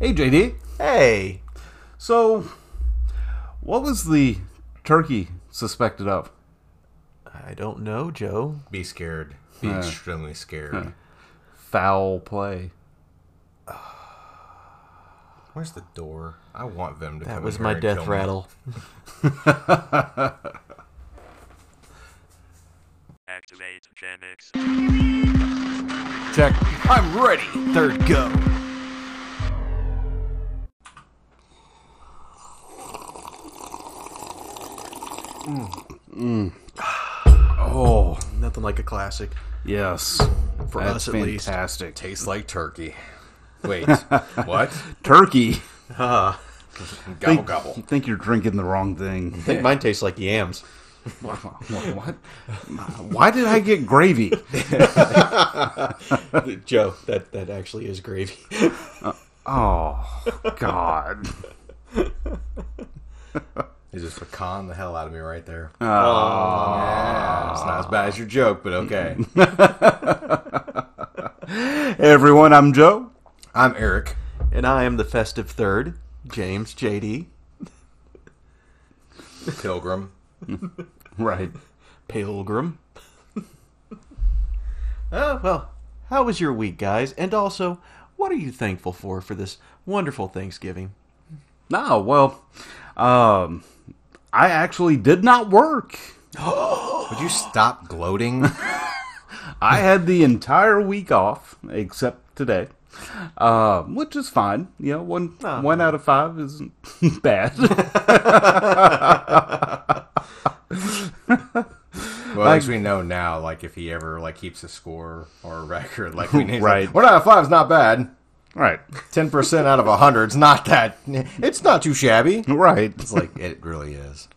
Hey, JD. Hey. So, what was the turkey suspected of? I don't know, Joe. Be scared. Be extremely scared. Foul play. Where's the door? I want them to come. That in was here my and kill death me. rattle. Activate Gen X. Check. I'm ready. Third go. Mm. Oh, Nothing like a classic yes. for us That's at least. fantastic. Tastes like turkey. Wait, what? Turkey. Gobble gobble. Think you're drinking the wrong thing. I think mine tastes like yams. what? what? Why did I get gravy? Joe, that that actually is gravy. Oh, God. You just pecan the hell out of me right there. Oh, it's not as bad as your joke, but okay. Hey, everyone, I'm Joe. I'm Eric. and I am the festive third, James JD, Pilgrim. Right. Pilgrim. oh well, how was your week, guys? And also, what are you thankful for for this wonderful Thanksgiving? No, well, um, I actually did not work. Would you stop gloating? I had the entire week off except today, um, which is fine. You know, one one out of five isn't bad. Well, as we know now, like if he ever like keeps a score or a record, like we need, Right. one out of five is not bad. right, Ten percent out of a hundred's not that. It's not too shabby. right. It's like it really is.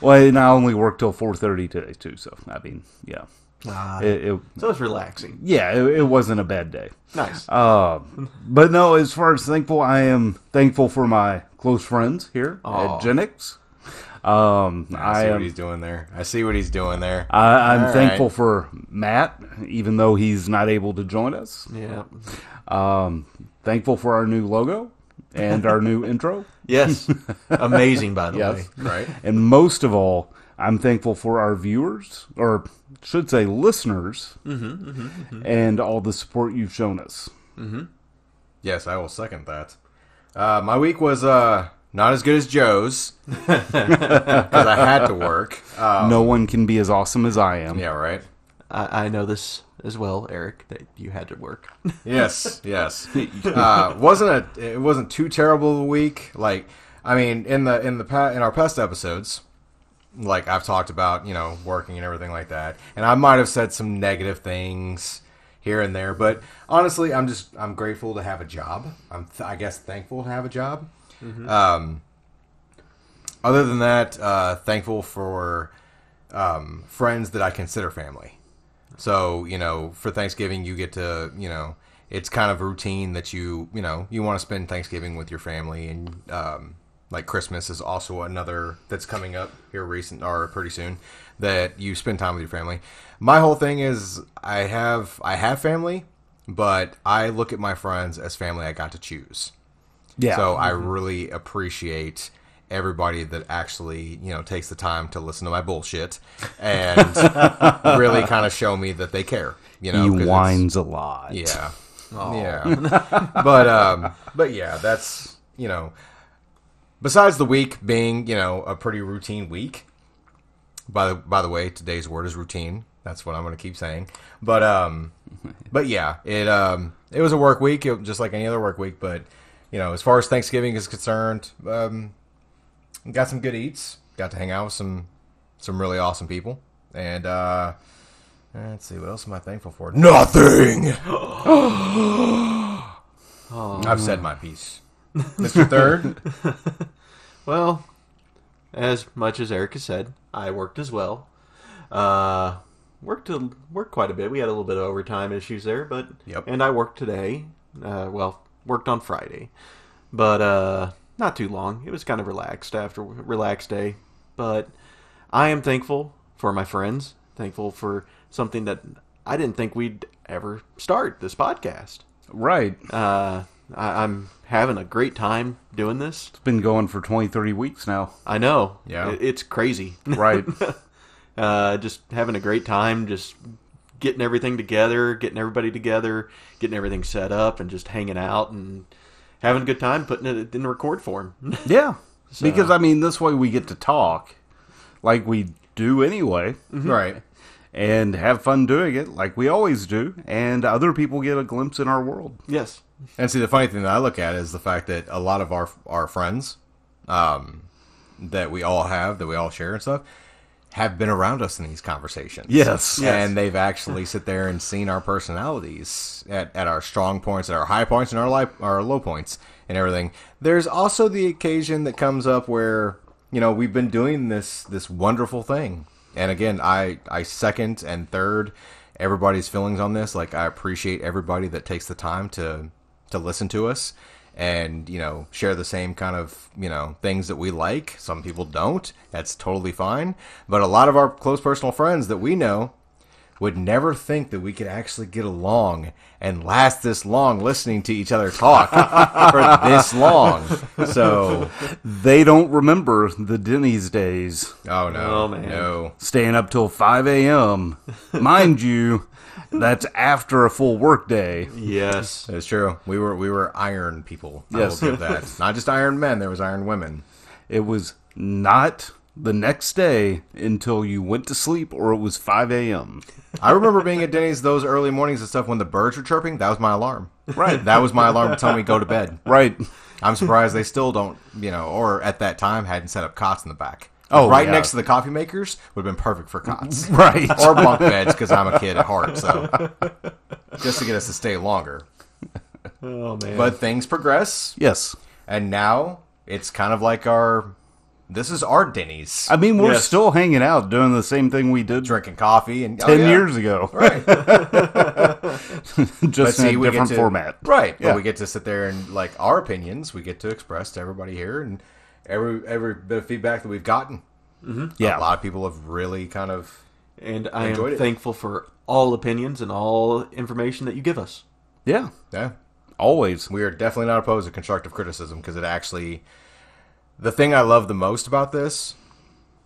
Well, and I only worked till four thirty today too. So I mean, yeah, Ah, it, it so it's relaxing. yeah, it, it wasn't a bad day. Nice. Uh, Um, but no, as far as thankful, I am thankful for my close friends here Aw. at Genix. Um, I, I see am what he's doing there. I see what he's doing there. I, I'm All thankful right. for Matt, even though he's not able to join us. yeah. Um, thankful for our new logo and our new intro. Yes. Amazing, by the way. Yes. right? And most of all, I'm thankful for our viewers, or should say listeners, Mm-hmm, and all the support you've shown us. Yes, I will second that. Uh, my week was uh, not as good as Joe's because I had to work. Uh, no one can be as awesome as I am. yeah, right. I, I know this as well, Eric, that you had to work. Yes, yes. Uh, wasn't a, it wasn't too terrible of a week. Like, I mean, in the in the pa- in our past episodes, like I've talked about, you know, working and everything like that, and I might have said some negative things here and there, but honestly, I'm just I'm grateful to have a job. I'm th- I guess thankful to have a job. Um, other than that, uh, thankful for um, friends that I consider family. So, you know, for Thanksgiving, you get to, you know, it's kind of routine that you, you know, you want to spend Thanksgiving with your family. And, um, like Christmas is also another that's coming up here recent or pretty soon that you spend time with your family. My whole thing is I have, I have family, but I look at my friends as family I got to choose. Yeah. So I really appreciate everybody that actually, you know, takes the time to listen to my bullshit and really kind of show me that they care. You know, he 'cause it's- whines a lot. Yeah. Yeah. but um but yeah, that's you know besides the week being, you know, a pretty routine week. By the by the way, today's word is routine. That's what I'm gonna keep saying. But um but yeah, it um it was a work week, it, just like any other work week, but you know, as far as Thanksgiving is concerned, um got some good eats, got to hang out with some some really awesome people. And uh let's see, what else am I thankful for? Nothing. I've said my piece. Mr. Third, Well, as much as Eric has said, I worked as well. Uh, worked a, worked quite a bit. We had a little bit of overtime issues there, but Yep. and I worked today. Uh, well, worked on Friday, but uh, not too long. It was kind of relaxed after relaxed day, but I am thankful for my friends. Thankful for something that I didn't think we'd ever start this podcast. Right. Uh, I, I'm having a great time doing this. It's been going for 23 weeks now. I know. Yeah. It- it's crazy. Right. uh, just having a great time, just getting everything together, getting everybody together, getting everything set up, and just hanging out and having a good time putting it in record form. yeah. Because, I mean, this way we get to talk like we do anyway Right. and have fun doing it like we always do. And other people get a glimpse in our world. yes. And see, the funny thing that I look at is the fact that a lot of our our friends, um, that we all have, that we all share and stuff, have been around us in these conversations. Yes. Yes. And they've actually sit there and seen our personalities at, at our strong points, at our high points, and our li- our low points, and everything. There's also the occasion that comes up where you know we've been doing this this wonderful thing, and again, I I second and third everybody's feelings on this. Like I appreciate everybody that takes the time to to listen to us and you know share the same kind of you know things that we like some people don't that's totally fine but a lot of our close personal friends that we know would never think that we could actually get along and last this long listening to each other talk for this long so They don't remember the Denny's days. oh no Oh, man. no Staying up till 5 a.m. Mind you, that's after a full workday. Yes. it's true we were we were iron people Yes. i will give that not just iron men there was iron women It was not the next day until you went to sleep or it was 5 a.m. I remember being at Denny's those early mornings and stuff when the birds were chirping. That was my alarm. Right. That was my alarm telling me go to bed. Right. I'm surprised they still don't, you know, or at that time hadn't set up cots in the back. Oh, right yeah. next to the coffee makers would have been perfect for cots Right. or bunk beds because I'm a kid at heart. So just to get us to stay longer. Oh man. But things progress, yes. and now it's kind of like our. This is our Denny's. I mean, we're Yes. still hanging out doing the same thing we did 10 drinking coffee and oh, yeah. years ago, Right. just in a different to, format. right? Yeah. But we get to sit there and like our opinions, we get to express to everybody here, and every every bit of feedback that we've gotten, a Mm-hmm. Yeah. lot of people have really kind of and I am Enjoyed it. thankful for all opinions and all information that you give us. Yeah. yeah. Always. We are definitely not opposed to constructive criticism because it actually, the thing I love the most about this,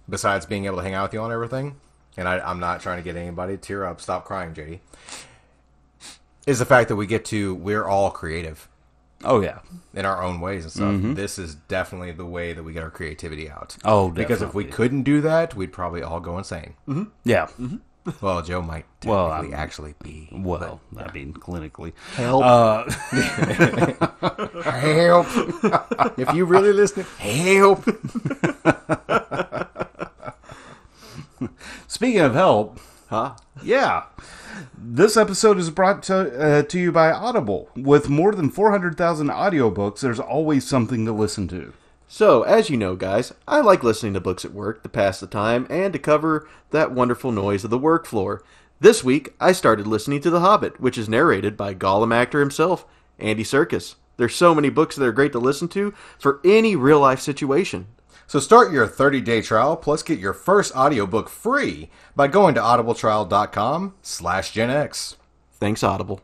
besides being able to hang out with you on everything, and I, I'm not trying to get anybody to tear up, stop crying, JD, is the fact that we get to we're all creative. Oh, yeah. in our own ways and stuff. This is definitely the way that we get our creativity out. Mm-hmm. Oh, because if we couldn't do that, we'd probably all go insane. Yeah. Well, Joe might technically Well, um, I'm- actually be. Well, I mean, clinically. Help. Help! if you really listen, help! Speaking of help, huh? Yeah. This episode is brought to, uh, to you by Audible. With more than 400,000 audiobooks, there's always something to listen to. So, as you know, guys, I like listening to books at work to pass the time and to cover that wonderful noise of the work floor. This week, I started listening to The Hobbit, which is narrated by Gollum actor himself, Andy Serkis. There's so many books that are great to listen to for any real life situation. So start your 30-day trial plus get your first audiobook free by going to audibletrial.com slash Gen X. Thanks, Audible.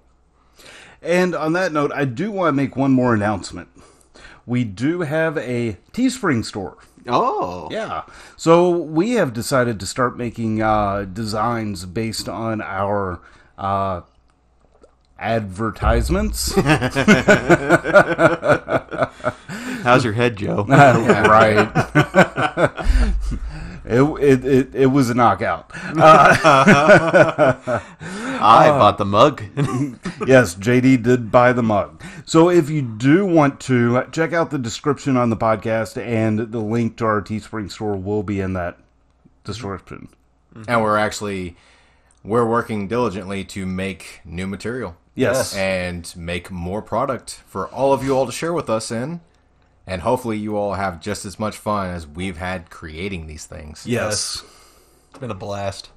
And on that note, I do want to make one more announcement. We do have a Teespring store. Oh, Yeah. So we have decided to start making uh, designs based on our uh, advertisements. how's your head, Joe? right. it, it, it, it was a knockout. I bought the mug. yes, JD did buy the mug. So if you do want to, uh, check out the description on the podcast, and the link to our Teespring store will be in that description. And we're actually, we're working diligently to make new material. Yes. and make more product for all of you all to share with us in. And hopefully, you all have just as much fun as we've had creating these things. Yes. it's been a blast.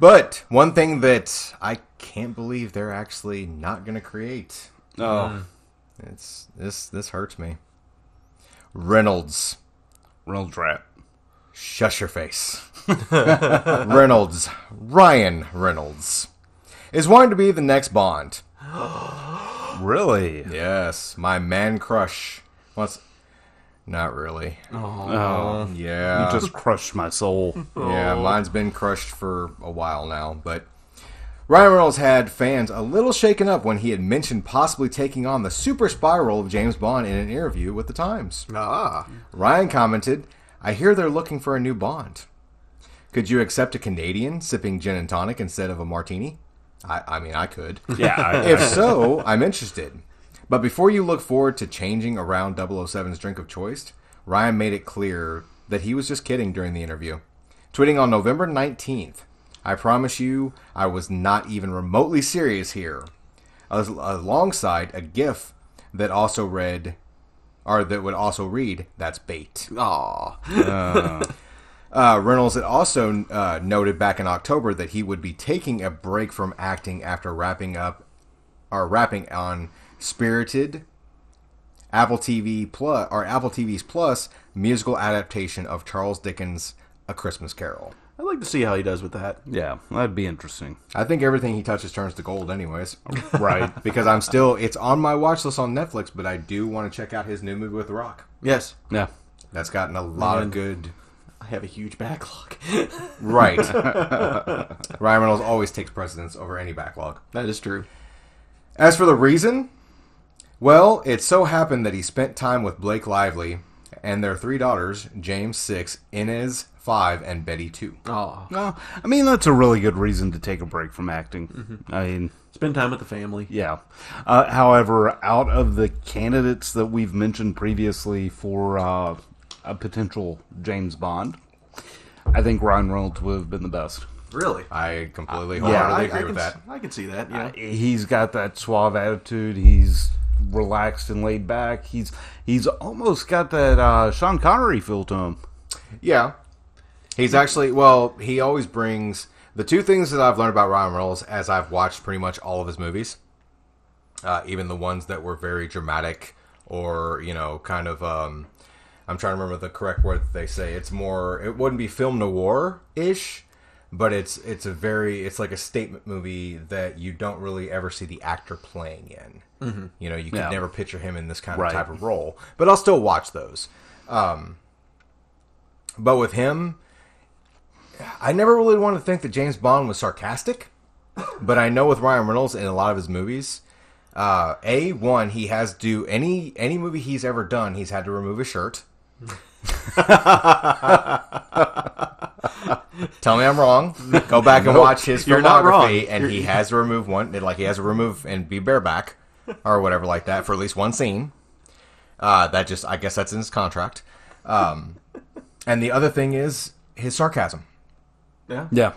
But one thing that I can't believe they're actually not going to create. Oh, It's this this hurts me. Reynolds, real trap. shush your face. Reynolds, Ryan Reynolds is wanting to be the next Bond. Really? Yes, my man crush. What's? Not really. Oh, Yeah, you just crushed my soul. yeah. Mine's been crushed for a while now, but Ryan Reynolds had fans a little shaken up when he had mentioned possibly taking on the super spy role of James Bond in an interview with the Times. Ah. Ryan commented, "I hear they're looking for a new Bond. Could you accept a Canadian sipping gin and tonic instead of a martini? I, I mean, I could." Yeah. I- if so, I'm interested. But before you look forward to changing around 007's drink of choice, Ryan made it clear that he was just kidding during the interview. Tweeting on November 19th, I promise you, I was not even remotely serious here. As- Alongside a GIF that also read, or that would also read, that's bait. Aw. Uh, Reynolds had also uh, noted back in October that he would be taking a break from acting after wrapping up or wrapping on Spirited, Apple TV Plus or Apple TV's Plus musical adaptation of Charles Dickens' A Christmas Carol. I'd like to see how he does with that. yeah, that'd be interesting. I think everything he touches turns to gold, anyways. Right. because I'm still it's on my watch list on Netflix, but I do want to check out his new movie with The Rock. Yes. Yeah. That's gotten a lot of good. I have a huge backlog. Right. Ryan Reynolds always takes precedence over any backlog. that is true. As for the reason, well, it so happened that he spent time with Blake Lively and their three daughters, James six, Inez five, and Betty two. Aw. No, I mean that's a really good reason to take a break from acting. I mean, Spend time with the family. yeah. Uh, however, out of the candidates that we've mentioned previously for uh, a potential James Bond, I think Ryan Reynolds would have been the best. Really? I completely wholeheartedly agree can, with that. s- I can see that. Yeah. He's got that suave attitude. He's relaxed and laid back. He's he's almost got that uh, Sean Connery feel to him. Yeah. He's actually well, he always brings the two things that I've learned about Ryan Reynolds as I've watched pretty much all of his movies. Uh, even the ones that were very dramatic or, you know, kind of um I'm trying to remember the correct word that they say. It's more it wouldn't be film noir ish, but it's it's a very it's like a statement movie that you don't really ever see the actor playing in. You know, you can Mm-hmm. Yeah. never picture him in this kind Right. of type of role. But I'll still watch those. Um, But with him, I never really wanted to think that James Bond was sarcastic. But I know with Ryan Reynolds in a lot of his movies, uh, a one he has to do any any movie he's ever done, he's had to remove his shirt. Tell me I'm wrong. Go back and watch his you're not wrong. filmography, and he has to remove one. Like he has to remove and be bareback or whatever like that for at least one scene. Uh, that just I guess that's in his contract. Um, and the other thing is his sarcasm. yeah. Yeah.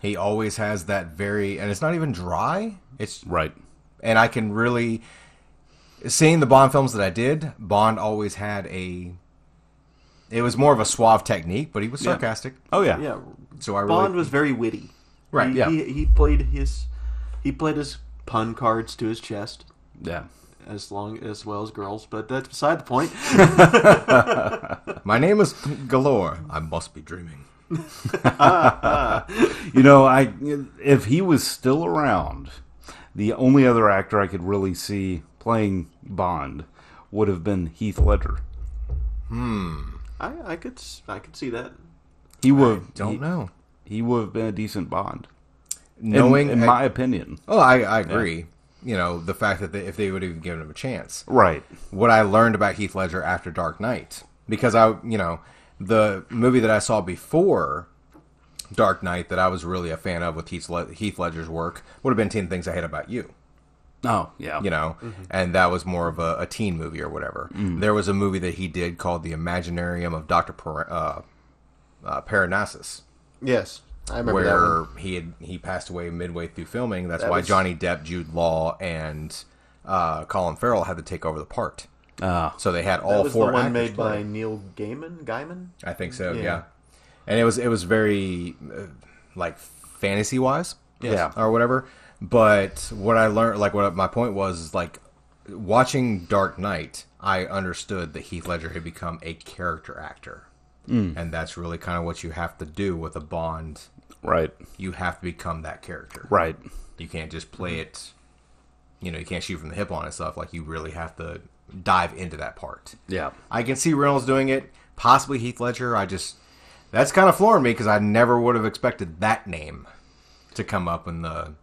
He always has that very, and it's not even dry. It's Right. and I can really seeing the Bond films that I did. Bond always had a. It was more of a suave technique, but he was sarcastic. Oh yeah. Yeah. So I really Bond was very witty. Right, He, yeah. He, he played his he played his pun cards to his chest Yeah. as long as well as girls, but that's beside the point. my name is Galore. I must be dreaming. You know, I if he was still around, the only other actor I could really see playing Bond would have been Heath Ledger. I, I could s- I could see that. He would Don't he, know. he would have been a decent Bond. In- Knowing in, my opinion, oh, I, I agree. You know the fact that they, if they would have given him a chance, right? what I learned about Heath Ledger after Dark Knight because I, you know, the movie that I saw before Dark Knight that I was really a fan of with Heath, Le- Heath Ledger's work would have been 10 Things I Hate About You, Oh yeah, you know, and that was more of a, a teen movie or whatever. There was a movie that he did called The Imaginarium of Dr. Par- uh, uh, Parnassus Yes. I remember where he had he passed away midway through filming. That's why was- Johnny Depp, Jude Law, and uh, Colin Farrell had to take over the part. Ah. so they had That all was four the one actors made play. by Neil Gaiman. Gaiman. I think so. Yeah. Yeah. And it was it was very uh, like fantasy wise, Yes. or whatever. But what I learned, like what my point was, is like watching Dark Knight, I understood that Heath Ledger had become a character actor, Hmm. and that's really kind of what you have to do with a Bond. right, You have to become that character. right. You can't just Mm-hmm. play it. You know, you can't shoot from the hip on and stuff. Like you really have to dive into that part. Yeah. I can see Reynolds doing it, possibly Heath Ledger. I just that's kind of flooring me because I never would have expected that name to come up in the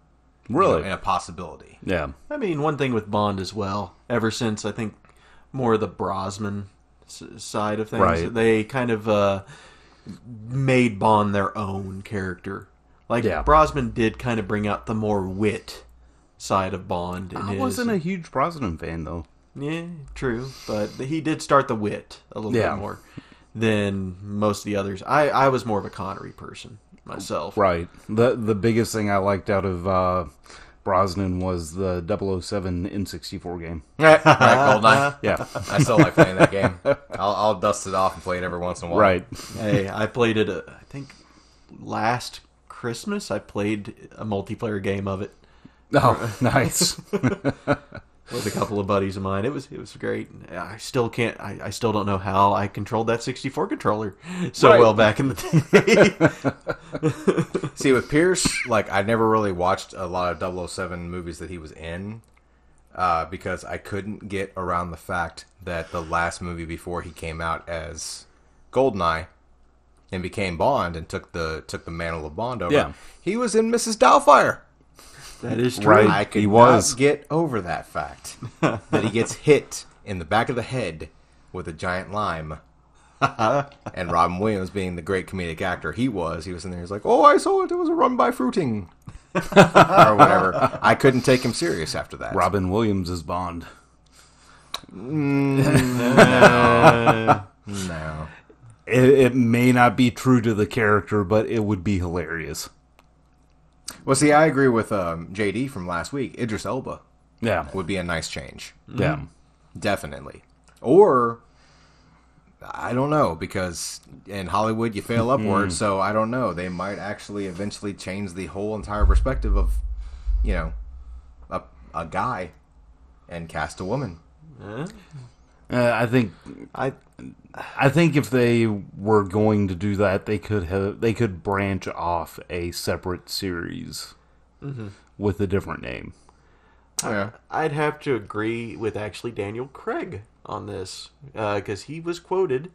you know, Really? in a possibility. yeah. I mean, one thing with Bond as well. Ever since I think more of the Brosman s- side of things, Right. they kind of uh, made Bond their own character. Like Yeah. Brosman did kind of bring out the more wit side of Bond. In I his, wasn't a huge Brosnan fan though. yeah, true, but he did start the wit a little Yeah. bit more than most of the others. I I was more of a Connery person myself. Right. The the biggest thing I liked out of uh, Brosnan was the 007 N64 game. Right, Goldeneye. Yeah. I still like playing that game. I'll, I'll dust it off and play it every once in a while. right. Hey, I played it. Uh, I think last Christmas I played a multiplayer game of it Oh, nice. with a couple of buddies of mine. It was it was great. I still can't. I, I still don't know how I controlled that 64 controller so Right. well back in the day. See, with Pierce, like I never really watched a lot of 007 movies that he was in uh, because I couldn't get around the fact that the last movie before he came out as Goldeneye and became Bond and took the took the mantle of Bond over, Yeah. he was in Mrs. Doubtfire. that is true. Right. I could He was. not get over that fact that he gets hit in the back of the head with a giant lime. and Robin Williams, being the great comedic actor he was, he was in there. He's like, "Oh, I saw it. It was a run by fruiting, or whatever." I couldn't take him serious after that. Robin Williams is Bond. no, It, it may not be true to the character, but it would be hilarious. well, see, I agree with um, JD from last week. Idris Elba Yeah. Mm-hmm. would be a nice change. Yeah. Definitely. Or I don't know because in Hollywood you fail upward, so I don't know. They might actually eventually change the whole entire perspective of, you know, a a guy and cast a woman. Uh, I think I I think if they were going to do that, they could have they could branch off a separate series Mm-hmm. with a different name. Yeah. I'd have to agree with actually Daniel Craig on this because he was quoted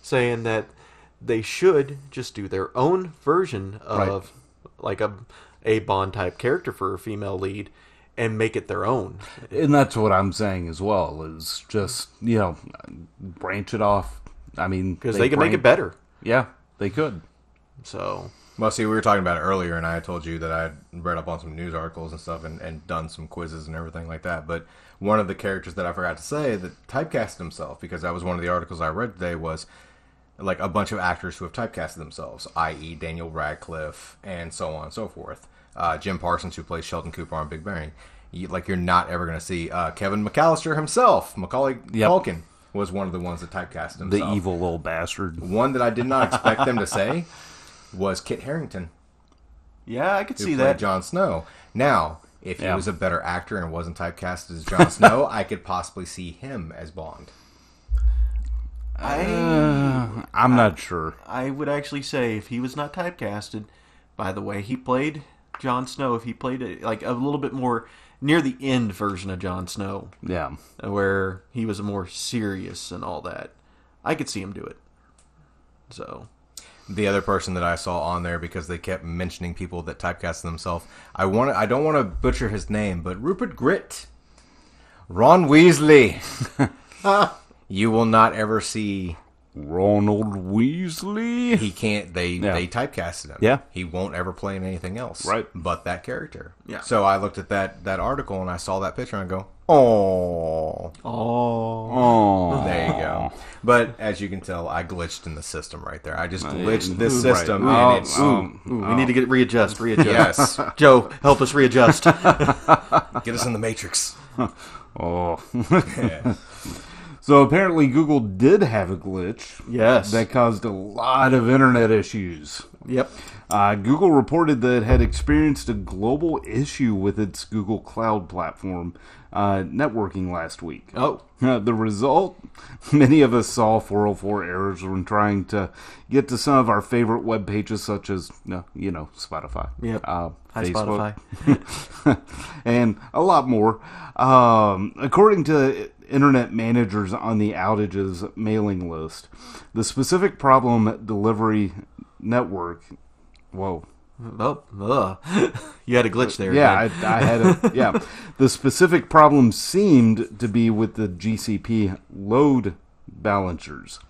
saying that they should just do their own version of like a a Bond type character for a female lead and make it their own. and that's what I'm saying as well. Is just you know, branch it off. I mean, because they, can make it bran- better. Yeah, they could. So Well, see, we were talking about it earlier, and I had told you that I had read up on some news articles and stuff and, and done some quizzes and everything like that. But one of the characters that I forgot to say that typecasted himself, because that was one of the articles I read today, was like a bunch of actors who have typecasted themselves, i.e., Daniel Radcliffe and so on and so forth. Uh, Jim Parsons, who plays Sheldon Cooper on Big Bang. You, like, you're not ever going to see uh, Kevin McAllister himself, Macaulay Yep. Culkin, was one of the ones that typecast himself. The evil little bastard. One that I did not expect them to say was Kit Harrington yeah, I could who see played that. Jon Snow. Now, if Yeah. he was a better actor and wasn't typecast as Jon Snow, I could possibly see him as Bond. Uh, I'm not sure. I would actually say if he was not typecasted, by the way, he played Jon Snow. If he played a, like a little bit more near the end version of Jon Snow, Yeah, where he was more serious and all that, I could see him do it. So The other person that I saw on there because they kept mentioning people that typecast themselves. I want I don't want to butcher his name, but Rupert Grit. Ron Weasley. you will not ever see Ronald Weasley. he can't they Yeah. they typecasted him Yeah. he won't ever play in anything else Right. but that character Yeah. so i looked at that that article and i saw that picture and i go oh oh Oh, there you go but as you can tell i glitched in the system right there i just glitched Ooh, this system right. and Ooh, it's ooh, ooh. we need to get readjust, readjust. yes Joe, help us readjust. get us in the matrix oh. Yeah. So apparently, Google did have a glitch Yes. that caused a lot of internet issues. Yep. Uh, Google reported that it had experienced a global issue with its Google Cloud platform uh, networking last week. Oh. Uh, the result? Many of us saw 404 errors when trying to get to some of our favorite web pages, such as, no, you know, Spotify. Yep. Uh, Hi, Facebook, and a lot more. Um, according to internet managers on the outages mailing list, the specific problem delivery network. Whoa. Oh, ugh. you had a glitch there. Yeah, man. I, I had a yeah. The specific problem seemed to be with the GCP load balancers.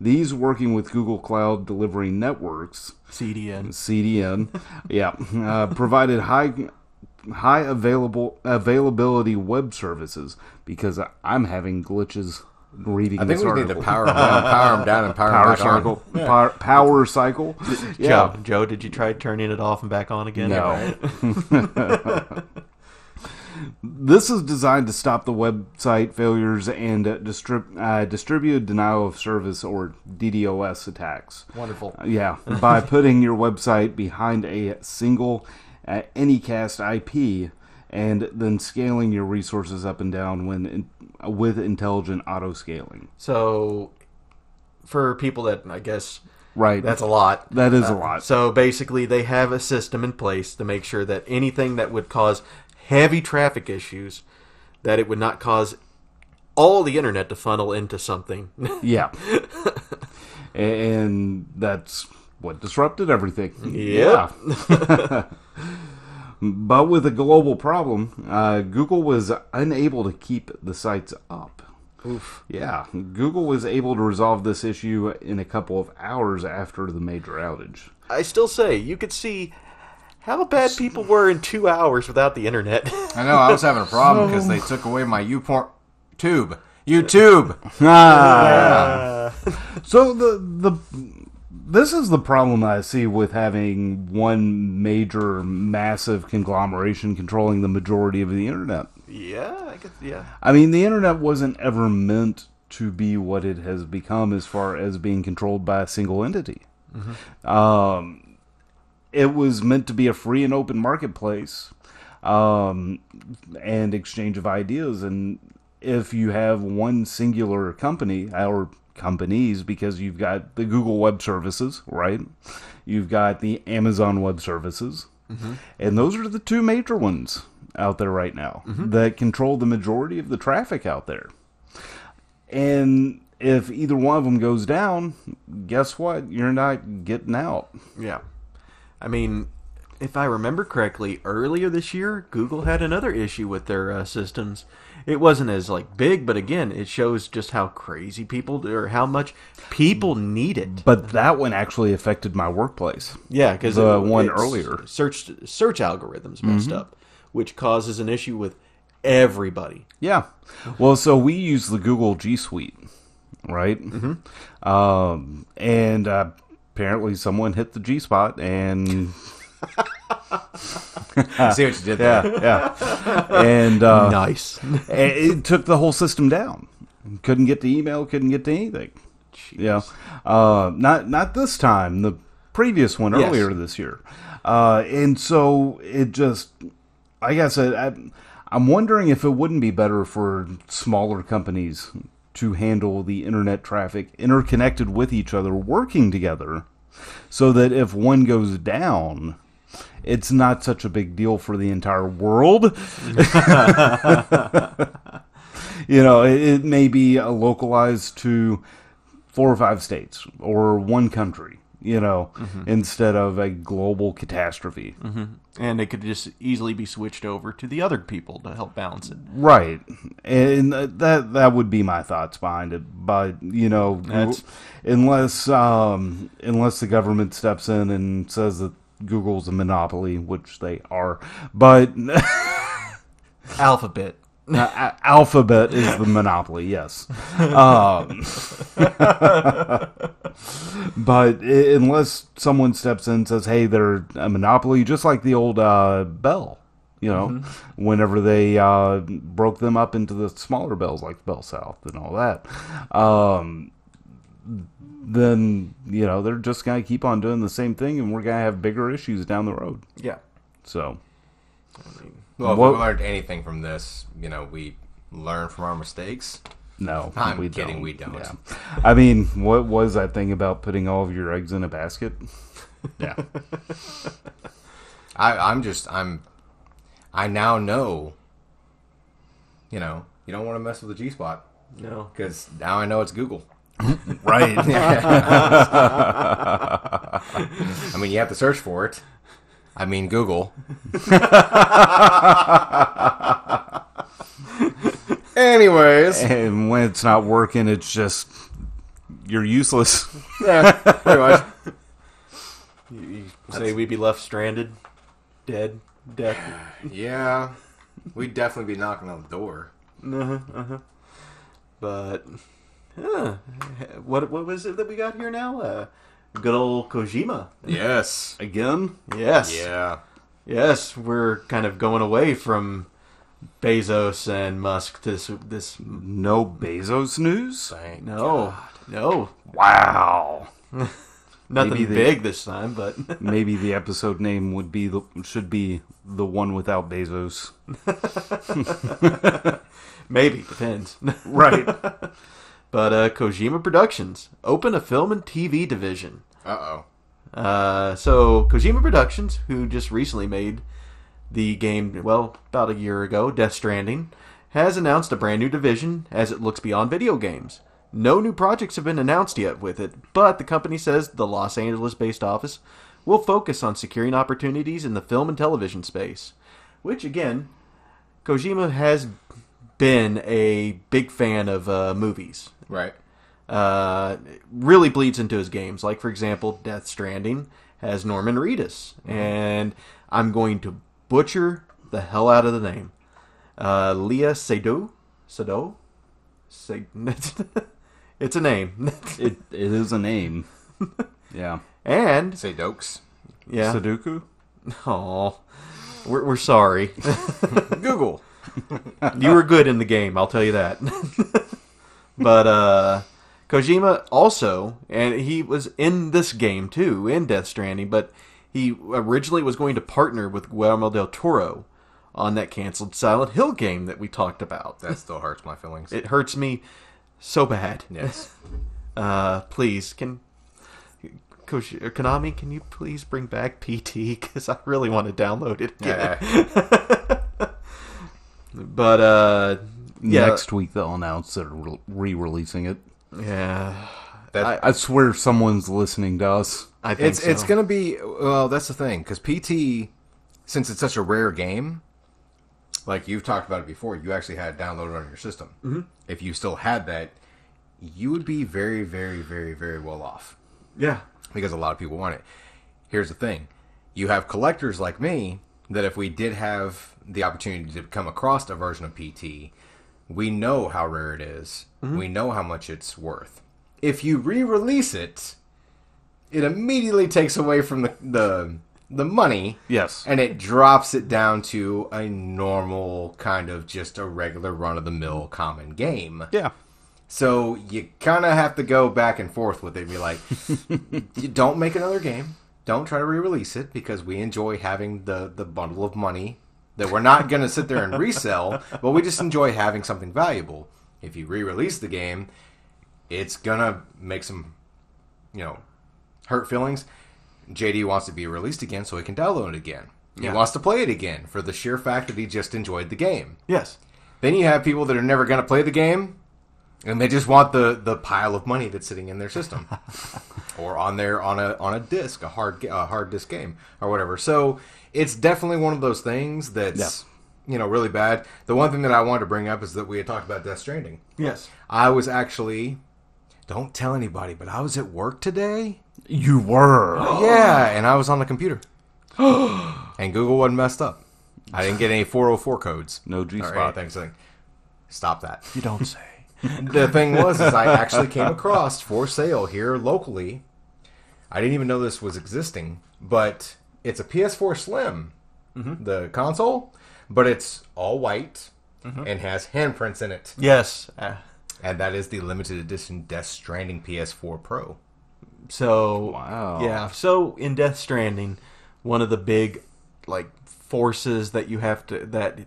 These working with Google Cloud delivery networks CDN. CDN, yeah, uh, provided high high available availability web services because I'm having glitches reading I think this we article. need to power them down, power them down, and power, power them back on. cycle, power, power cycle. Joe, Joe, did you try turning it off and back on again? No. this is designed to stop the website failures and uh, distrib- uh, distributed denial of service or DDoS attacks. Wonderful. Uh, Yeah, by putting your website behind a single uh, Anycast IP and then scaling your resources up and down when in- with intelligent auto scaling. So, for people that I guess Right. that's a lot. That is a lot. So basically, they have a system in place to make sure that anything that would cause heavy traffic issues, that it would not cause all the internet to funnel into something. Yeah. and that's what disrupted everything. Yep. Yeah. but with a global problem, uh, Google was unable to keep the sites up. Oof. Yeah. Google was able to resolve this issue in a couple of hours after the major outage. I still say you could see how bad people were in two hours without the internet. I know I was having a problem because they took away my YouPorn tube. YouTube. So the the this is the problem I see with having one major massive conglomeration controlling the majority of the internet. yeah, I guess. Yeah. I mean, the internet wasn't ever meant to be what it has become as far as being controlled by a single entity. Um, it was meant to be a free and open marketplace um, and exchange of ideas. And if you have one singular company or companies, because you've got the Google Web Services, right? You've got the Amazon Web Services. And those are the two major ones out there right now that control the majority of the traffic out there. And if either one of them goes down, guess what? You're not getting out. Yeah. I mean, if I remember correctly, earlier this year, Google had another issue with their uh, systems. It wasn't as like big, but again, it shows just how crazy people do, or how much people need it. But that one actually affected my workplace. Yeah, because The one earlier. search search algorithms messed up, which causes an issue with everybody. Yeah. Well, so we use the Google G Suite, right? Mm-hmm. Um, and uh, apparently someone hit the G spot and. See what you did there. Yeah, yeah. and uh, nice. it, it took the whole system down. Couldn't get the email. Couldn't get to anything. Yeah, uh, not not this time. The previous one Yes. earlier this year, uh, and so it just. I guess I, I, I'm wondering if it wouldn't be better for smaller companies to handle the internet traffic interconnected with each other, working together, so that if one goes down. It's not such a big deal for the entire world you know, it, it may be uh, localized to four or five states or one country, you know, instead of a global catastrophe. and it could just easily be switched over to the other people to help balance it. Right. And uh, that that would be my thoughts behind it, but you know, Goo- That's- unless um unless the government steps in and says that Google's a monopoly, which they are, but Alphabet. Uh, a- Alphabet is the monopoly, yes. Um, but i- unless someone steps in and says, hey, they're a monopoly, just like the old uh, Bell You know, whenever they uh, broke them up into the smaller bells like Bell South and all that, um, then you know they're just gonna keep on doing the same thing, and we're gonna have bigger issues down the road. Yeah. So Well, What- if we learned anything from this, you know, we learn from our mistakes. no, I'm we kidding, Don't. we don't. Yeah. I mean, what was that thing about putting all of your eggs in a basket? Yeah. I, I'm just, I'm, I now know. You know, you don't want to mess with the G spot No. because now I know it's Google. right. I mean, you have to search for it. I mean, Google. Anyways, And when it's not working, it's just you're useless. Yeah, pretty much. You, you say we'd be left stranded, dead, death. yeah, we'd definitely be knocking on the door. Uh-huh, uh-huh. But huh, what what was it that we got here now? Uh, good old Kojima. Yes. Again? Yes. Yeah. Yes, we're kind of going away from Bezos and Musk this this No Bezos news? Thank no. No. Wow. Maybe Nothing they- big this time, but Maybe the episode name would be the, should be the one without Bezos. maybe depends. Right. But uh, Kojima Productions open a film and TV division. Uh oh. Uh, so Kojima Productions, who just recently made the game, well, about a year ago, Death Stranding, has announced a brand new division as it looks beyond video games. No new projects have been announced yet with it, but the company says the Los Angeles-based office will focus on securing opportunities in the film and television space, which again, Kojima has been a big fan of uh, movies Right. uh, really bleeds into his games. Like, for example, Death Stranding has Norman Reedus, and I'm going to butcher the hell out of the name. Uh, Leah Sado? Sado? Sed- it's a name. It it is a name. Yeah. and, Say dokes. yeah. Sudoku? Aw. We're, we're sorry. Google. you were good in the game, I'll tell you that. but uh, Kojima also, and he was in this game too, in Death Stranding, but he originally was going to partner with Guillermo del Toro on that canceled Silent Hill game that we talked about. That still hurts my feelings. It hurts me so bad. yes. Uh, please, can. Koji- or Konami, can you please bring back PT? Because I really want to download it. again. Yeah. But, uh, yeah. Next week they'll announce they're re releasing it. Yeah. That, I swear someone's listening to us. I think it's so. it's gonna be well. That's the thing because PT, since it's such a rare game, like you've talked about it before, you actually had it downloaded on your system. Mm-hmm. If you still had that, you would be very, very, very, very well off Yeah. because a lot of people want it. Here's the thing: you have collectors like me that if we did have the opportunity to come across a version of PT, we know how rare it is. We know how much it's worth. If you re-release it, it immediately takes away from the the, the money. Yes. And it drops it down to a normal kind of just a regular run of the mill common game. Yeah. So you kind of have to go back and forth with it. and Be like, you don't make another game. Don't try to re-release it because we enjoy having the the bundle of money that we're not going to sit there and resell, but we just enjoy having something valuable. If you re-release the game, it's gonna make some, you know, hurt feelings. JD wants to be released again so he can download it again. Yeah. He wants to play it again for the sheer fact that he just enjoyed the game. Yes. Then you have people that are never going to play the game, and they just want the the pile of money that's sitting in their system, or on their on a on a disc, a hard ga- a hard disk game or whatever. So it's definitely one of those things that's you know really bad. The one thing that I wanted to bring up is that we had talked about Death Stranding. Yes. I was actually don't tell anybody, but I was at work today. You were. Yeah, and I was on the computer, and Google wasn't messed up. I didn't get any 404 codes. No G Or spot. anything, something. Stop that. You don't say. the thing was is I actually came across for sale here locally. I didn't even know Mm-hmm. this was existing, but it's a PS4 Slim, the console. but it's all white Mm-hmm. and has handprints in it. Yes. Uh, And that is the limited edition Death Stranding PS4 Pro. so Wow. yeah. So in Death Stranding, one of the big like forces that you have to that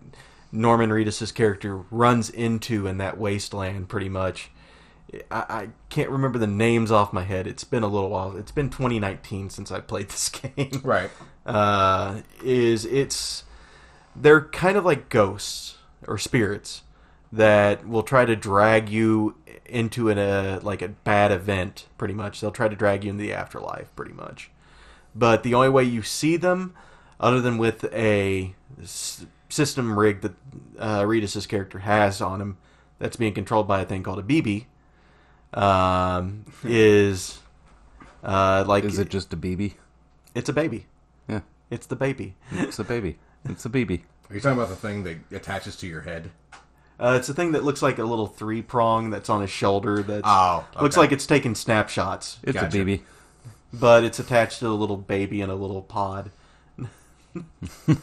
Norman Reedus's character runs into in that wasteland, pretty much. I, I can't remember the names off my head. It's been a little while. It's been 2019 since I played this game. Right. uh, is it's they're kind of like ghosts or spirits that will try to drag you into an, a like a bad event pretty much they'll try to drag you into the afterlife pretty much but the only way you see them other than with a s- system rig that uh, Redus's character has on him that's being controlled by a thing called a BB um, is uh, like Is it just a BB? it's a baby Yeah. it's the baby It's a baby. It's a BB. Are you talking about the thing that attaches to your head? Uh, it's a thing that looks like a little three prong that's on his shoulder. That Oh, looks okay. like it's taking snapshots, It's Gotcha. a BB. but it's attached to a little baby in a little pod. it's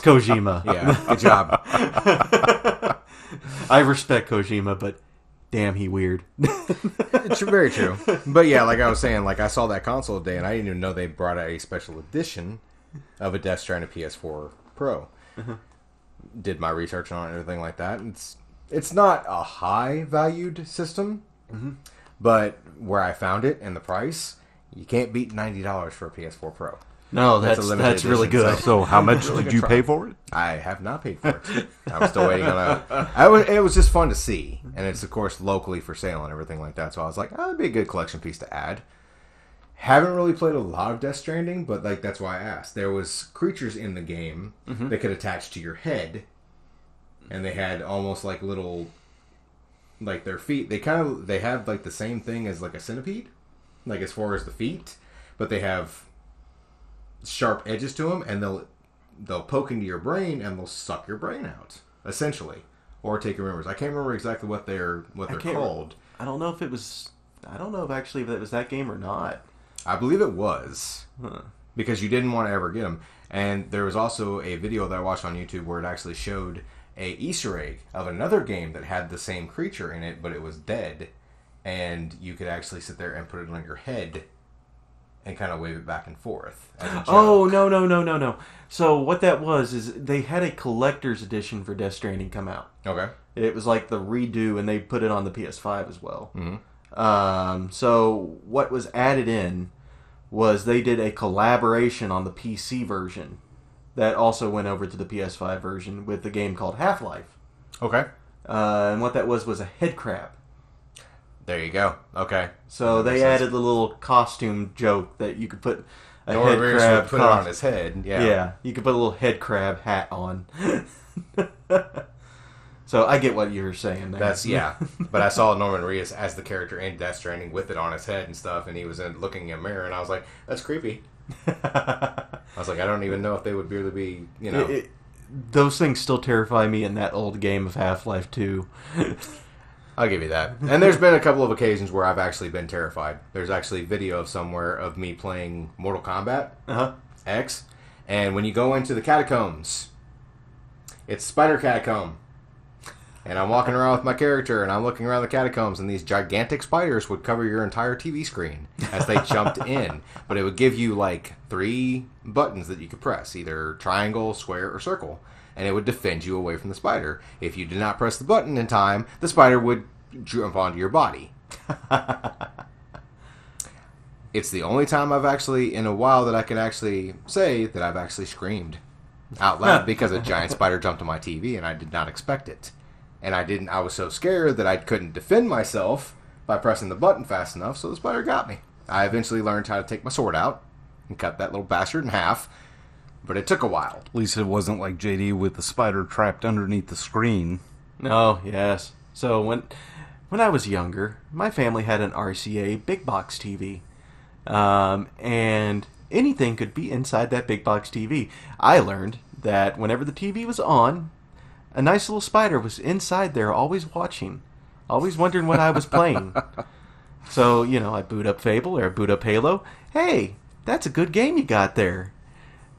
Kojima. Yeah. Good job. I respect Kojima, but damn, he weird. It's very true. But yeah, like I was saying, like I saw that console today, and I didn't even know they brought out a special edition of a Death Stranding PS4 Pro. Did my research on it and everything like that. It's it's not a high valued system, but where I found it and the price, you can't beat ninety dollars for a PS4 Pro. No, That's a that's that's, limited really edition, good. So how much did you try. pay for it? I have not paid for it. I was still waiting on a. I was, it was just fun to see, and it's of course locally for sale and everything like that. So I was like, oh, that'd be a good collection piece to add. Haven't really played a lot of Death Stranding, but like that's why I asked. There was creatures in the game Mm-hmm. that could attach to your head, and they had almost like little, like their feet. They kind of they have like the same thing as like a centipede, like as far as the feet, but they have sharp edges to them, and they'll they'll poke into your brain and they'll suck your brain out, essentially, or take your memories. I can't remember exactly what they're what they're can't re- called. I don't know if it was. I don't know if actually if it was that game or not. I believe it was because you didn't want to ever get them. And there was also a video that I watched on YouTube where it actually showed a Easter egg of another game that had the same creature in it, but it was dead, and you could actually sit there and put it on your head and kind of wave it back and forth. as a joke. Oh no no no no no! So what that was is they had a collector's edition for Death Stranding come out. okay, It was like the redo, and they put it on the PS5 as well. Mm-hmm. Um, so what was added in was they did a collaboration on the PC version that also went over to the PS5 version with the game called Half Life. okay, Uh, and what that was was a head crab. there you go. Okay, So they makes sense. added the little costume joke that you could put a Norman head Reedus crab would put it on cost- his head. Yeah, Yeah. you could put a little head crab hat on. so I get what you're saying. There. That's yeah. but I saw Norman Reedus as the character in Death Stranding with it on his head and stuff, and he was in, looking in a mirror, and I was like, that's creepy. I was like, I don't even know if they would really be, you know. It- it- those things still terrify me in that old game of Half Life 2. I'll give you that. And there's been a couple of occasions where I've actually been terrified. There's actually video of somewhere of me playing Mortal Kombat uh-huh. X, and when you go into the catacombs, it's Spider Catacomb. And I'm walking around with my character, and I'm looking around the catacombs, and these gigantic spiders would cover your entire TV screen as they jumped in. But it would give you like three buttons that you could press either triangle, square, or circle. And it would defend you away from the spider. If you did not press the button in time, the spider would jump onto your body. It's the only time I've actually, in a while, that I can actually say that I've actually screamed out loud because a giant spider jumped on my TV and I did not expect it. And I didn't, I was so scared that I couldn't defend myself by pressing the button fast enough, so the spider got me. I eventually learned how to take my sword out and cut that little bastard in half, but it took a while. At least it wasn't like JD with the spider trapped underneath the screen. No, Oh, yes. So when when I was younger, my family had an RCA big box TV. Um, and anything could be inside that big box TV. I learned that whenever the TV was on, a nice little spider was inside there always watching, always wondering what I was playing. so, you know, I boot up Fable or I boot up Halo. Hey, that's a good game you got there.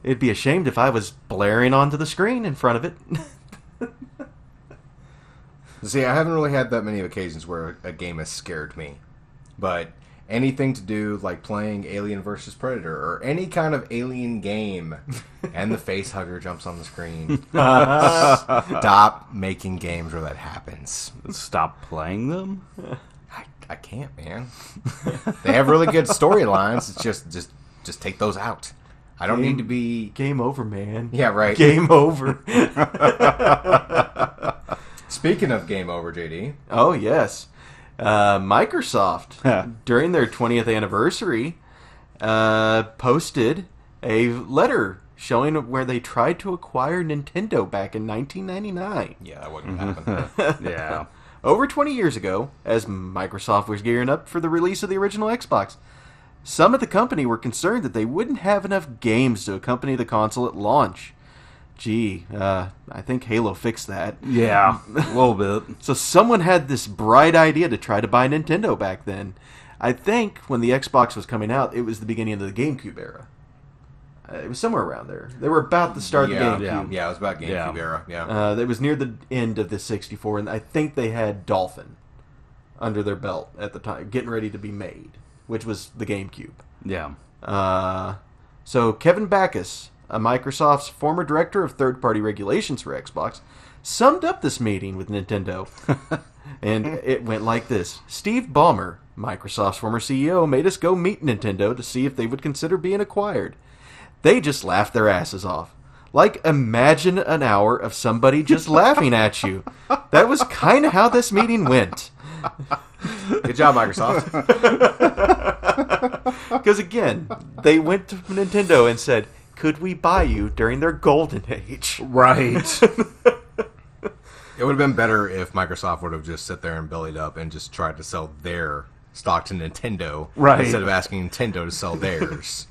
It'd be ashamed if I was blaring onto the screen in front of it. See, I haven't really had that many occasions where a game has scared me, but anything to do like playing Alien versus Predator or any kind of alien game, and the face hugger jumps on the screen. Stop making games where that happens. Stop playing them. I, I can't, man. They have really good storylines. It's just just just take those out. I don't need to be. Game over, man. Yeah, right. Game over. Speaking of game over, JD. oh, yes. Huh. Uh, Microsoft, during their 20th anniversary, uh, posted a letter showing where they tried to acquire Nintendo back in 1999. Yeah, that wouldn't happen. Yeah. over 20 years ago, as Microsoft was gearing up for the release of the original Xbox. Some at the company were concerned that they wouldn't have enough games to accompany the console at launch. Gee, uh, I think Halo fixed that. Yeah. A little bit. So someone had this bright idea to try to buy Nintendo back then. I think when the Xbox was coming out, it was the beginning of the GameCube era. Uh, it was somewhere around there. They were about to start yeah, the GameCube. yeah, yeah. It was about GameCube Yeah. era. Yeah. Uh, it was near the end of the 64, and I think they had Dolphin under their belt at the time, getting ready to be made, which was the GameCube. Yeah. Uh, so Kevin Backus, a Microsoft's former director of third-party regulations for Xbox, summed up this meeting with Nintendo, and it went like this: Steve Ballmer, Microsoft's former CEO, made us go meet Nintendo to see if they would consider being acquired. They just laughed their asses off. Like, imagine an hour of somebody just laughing at you. That was kind of how this meeting went. Good job, Microsoft. Because again, they went to Nintendo and said, "Could we buy you during their golden age?" Right. it would have been better if Microsoft would have just sit there and bellied up and just tried to sell their stock to Nintendo Right. instead of asking Nintendo to sell theirs.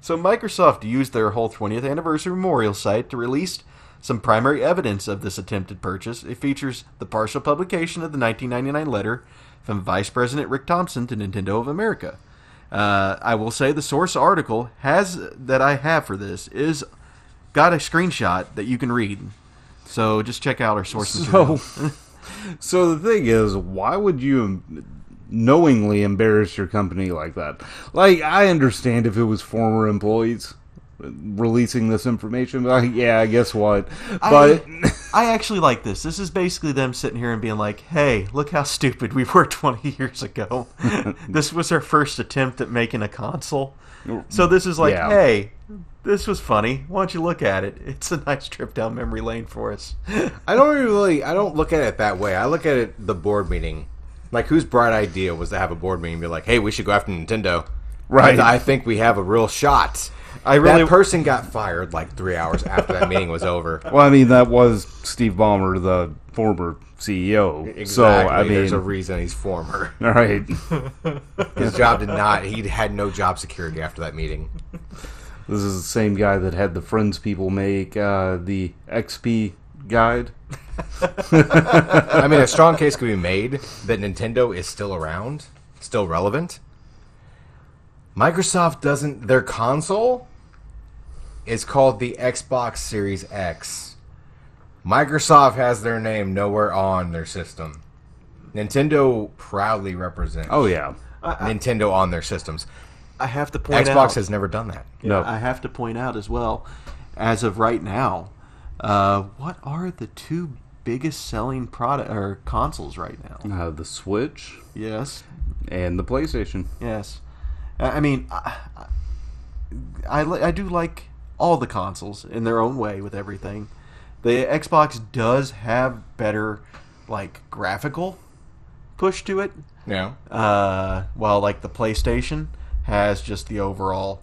So Microsoft used their whole 20th anniversary memorial site to release some primary evidence of this attempted purchase. It features the partial publication of the 1999 letter from Vice President Rick Thompson to Nintendo of America. Uh, I will say the source article has that I have for this is got a screenshot that you can read. So just check out our source material. So, so the thing is, why would you em- knowingly embarrass your company like that? Like, I understand if it was former employees releasing this information, but like, yeah, guess what? But I actually like this. This is basically them sitting here and being like, "Hey, look how stupid we were 20 years ago. this was our first attempt at making a console. So this is like, Yeah. hey, this was funny. Why don't you look at it? It's a nice trip down memory lane for us." I don't really. I don't look at it that way. I look at it the board meeting. Like, whose bright idea was to have a board meeting and be like, "Hey, we should go after Nintendo." Right. I, I think we have a real shot. I really- that person got fired like three hours after that meeting was over. well, I mean, that was Steve Ballmer, the former CEO. So I mean, there's a reason he's former. all right, His job did not. He had no job security after that meeting. this is the same guy that had the Friends people make uh, the XP guide. I mean, a strong case could be made that Nintendo is still around, still relevant. Microsoft doesn't. Their console is called the Xbox Series X. Microsoft has their name nowhere on their system. Nintendo proudly represents Oh yeah, Nintendo on their systems. I have to point out Xbox has never done that. no, I have to point out as well, as of right now, uh, what are the two biggest selling product or consoles right now? uh, the Switch Yes. and the PlayStation. Yes, I I mean, I, I, li- I do like all the consoles in their own way with everything. The Xbox does have better, like graphical push to it, Yeah. uh, while like the PlayStation has just the overall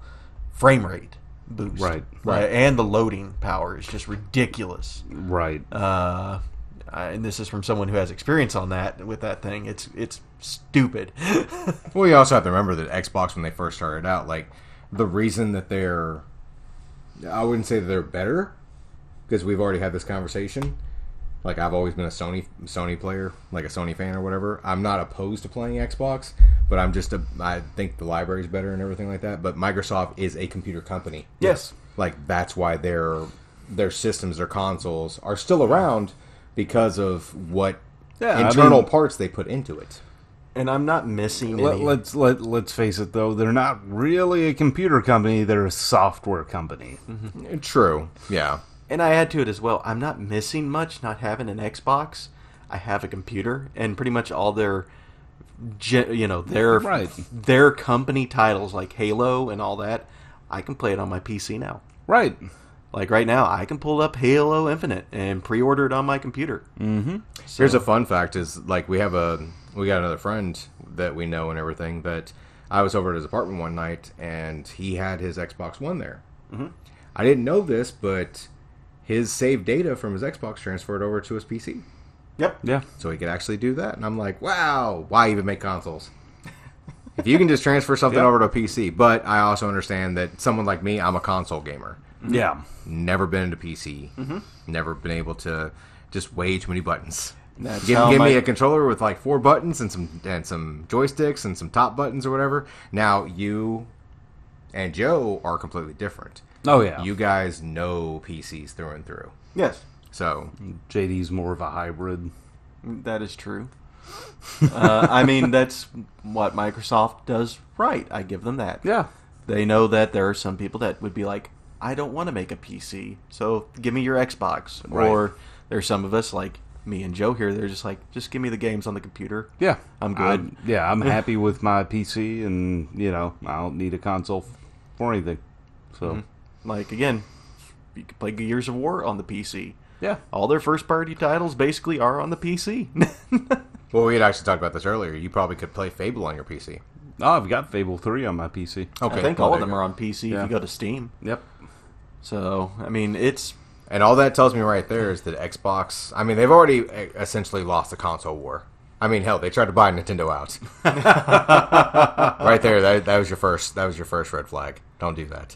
frame rate boost, Right, right, and the loading power is just ridiculous Right. uh, and this is from someone who has experience on that with that thing. It's it's stupid. Well, you also have to remember that Xbox, when they first started out, like the reason that they're, I wouldn't say that they're better, because we've already had this conversation. Like I've always been a Sony Sony player, like a Sony fan or whatever. I'm not opposed to playing Xbox, but I'm just a I think the library's better and everything like that. But Microsoft is a computer company. Yes. Like that's why their their systems, their consoles are still around because of what Yeah, I internal mean- parts they put into it. And I'm not missing Let, any. let's let let's face it though, they're not really a computer company; they're a software company. True. Yeah. and I add to it as well. I'm not missing much not having an Xbox. I have a computer, and pretty much all their, gen- you know, their Right. their company titles like Halo and all that. I can play it on my PC now. Right? Like right now, I can pull up Halo Infinite and pre-order it on my computer. Mm. Here's a fun fact: is like we have a we got another friend that we know and everything that I was over at his apartment one night and he had his Xbox One there. I didn't know this, but his saved data from his Xbox transferred over to his PC, Yep. Yeah. so he could actually do that. And I'm like, wow, why even make consoles? if you can just transfer something Yeah. over to a PC, but I also understand that someone like me, I'm a console gamer. Yeah. Never been into PC. Mm-hmm. Never been able to just way too many buttons. That's Give, how give my- me a controller with like four buttons and some and some joysticks and some top buttons or whatever. Now you and Joe are completely different. Oh yeah. You guys know PCs through and through. Yes, So JD's more of a hybrid. that is true. uh, I mean, that's what Microsoft does right. I give them that. Yeah. They know that there are some people that would be like, I don't want to make a PC, so give me your Xbox. Or there's some of us, like me and Joe here, they're just like, just give me the games on the computer. Yeah. I'm good. I'm- yeah, I'm happy with my PC, and you know, I don't need a console f- for anything. So Like, again, you could play Gears of War on the PC. yeah, All their first party titles basically are on the PC. well, we had actually talked about this earlier. You probably could play Fable on your PC. oh, I've got Fable three on my PC. Okay, I think well, all of there them you are go. on PC Yeah. if you go to Steam. Yep. So, I mean, it's. And all that tells me right there is that Xbox. I mean, they've already eh, essentially lost the console war. I mean, hell, they tried to buy Nintendo out. right there, that, that was your first. That was your first red flag. Don't do that.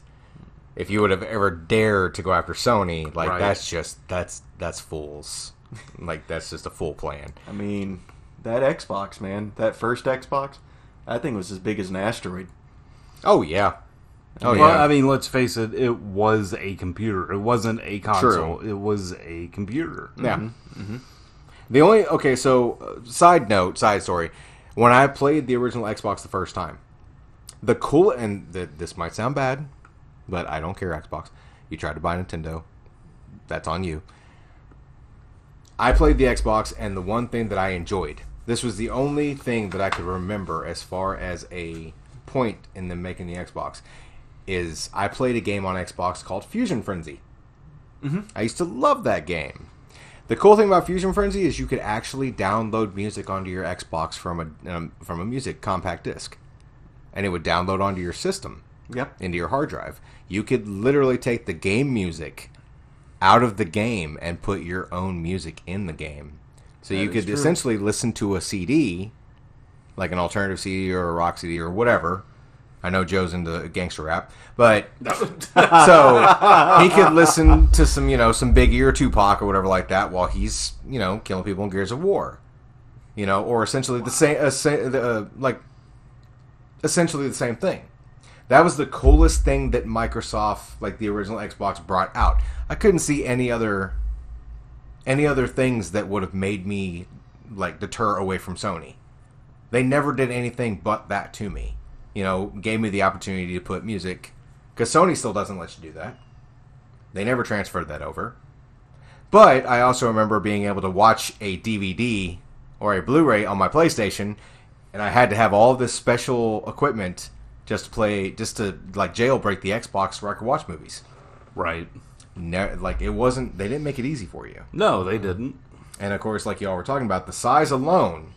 If you would have ever dared to go after Sony, like Right. that's just that's that's fools. like that's just a fool plan. I mean, that Xbox, man, that first Xbox, that thing was as big as an asteroid. Oh yeah. Oh well, yeah. I mean, let's face it, it was a computer. It wasn't a console. It was a computer. Yeah. Mm-hmm. The only okay, so uh, side note, side story. When I played the original Xbox the first time, the cool and th- this might sound bad, but I don't care. Xbox, you tried to buy Nintendo, that's on you. I played the Xbox, and the one thing that I enjoyed, this was the only thing that I could remember as far as a point in them making the Xbox, is I played a game on Xbox called Fusion Frenzy. I used to love that game. The cool thing about Fusion Frenzy is you could actually download music onto your Xbox from a um, from a music compact disc, and it would download onto your system, Yep. into your hard drive. You could literally take the game music out of the game and put your own music in the game. So you is could true. essentially listen to a CD, like an alternative CD or a rock CD or whatever. I know Joe's into gangster rap, but so he could listen to some, you know, some Biggie or Tupac or whatever like that while he's, you know, killing people in Gears of War, you know, or essentially the same, uh, sa- uh, like, essentially the same thing. That was the coolest thing that Microsoft, like the original Xbox, brought out. I couldn't see any other, any other things that would have made me like deter away from Sony. They never did anything but that to me. You know, gave me the opportunity to put music because Sony still doesn't let you do that. They never transferred that over. But I also remember being able to watch a DVD or a Blu-ray on my PlayStation, and I had to have all this special equipment just to play, just to like jailbreak the Xbox where I could watch movies. Right. Ne- like it wasn't, they didn't make it easy for you. No, they didn't. And of course, like y'all were talking about, the size alone,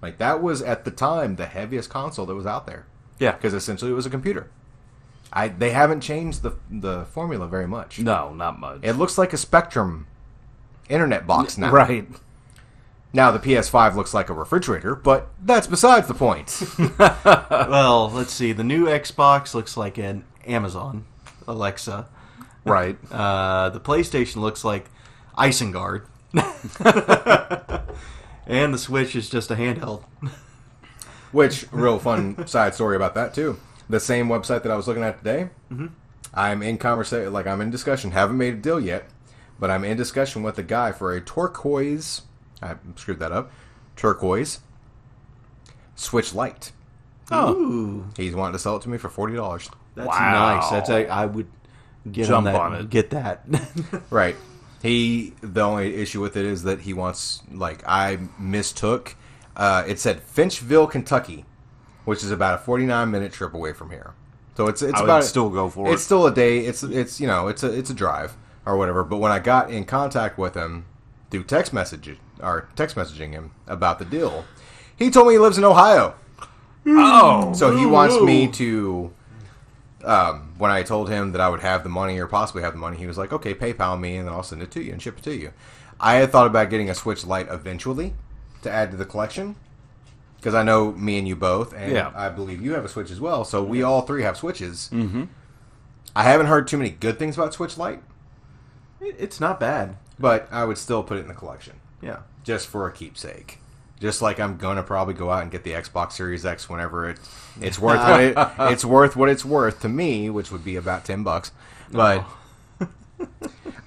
like that was at the time the heaviest console that was out there Yeah. because essentially it was a computer. I they haven't changed the the formula very much. No, not much. It looks like a Spectrum internet box now. Right. Now the PS5 looks like a refrigerator, but that's besides the point. Well, let's see. The new Xbox looks like an Amazon Alexa. Right. Uh, the PlayStation looks like Isengard. and the Switch is just a handheld. Which real fun side story about that too. The same website that I was looking at today. I'm in conversation, like I'm in discussion. Haven't made a deal yet, but I'm in discussion with a guy for a turquoise. I screwed that up. Turquoise Switch Lite. Ooh, He's wanting to sell it to me for forty dollars. that's Wow. nice. That's I, I would get Jump on that. on it. Get that. Right. He the only issue with it is that he wants like I mistook. Uh, it said Finchville, Kentucky, which is about a forty-nine minute trip away from here. So it's it's I would about still go for It's it. still a day. It's it's you know it's a it's a drive or whatever. But when I got in contact with him through text message or text messaging him about the deal, he told me he lives in Ohio. Oh, So he wants me to. Um, when I told him that I would have the money or possibly have the money, he was like, "Okay, PayPal me, and then I'll send it to you and ship it to you." I had thought about getting a Switch Lite eventually to add to the collection because I know me and you both, and Yeah. I believe you have a Switch as well. So we all three have Switches. Mm-hmm. I haven't heard too many good things about Switch Lite, It- it's not bad. but I would still put it in the collection Yeah. just for a keepsake. Just like I'm gonna probably go out and get the Xbox Series X whenever it it's worth what it, it's worth what it's worth to me, which would be about ten bucks. But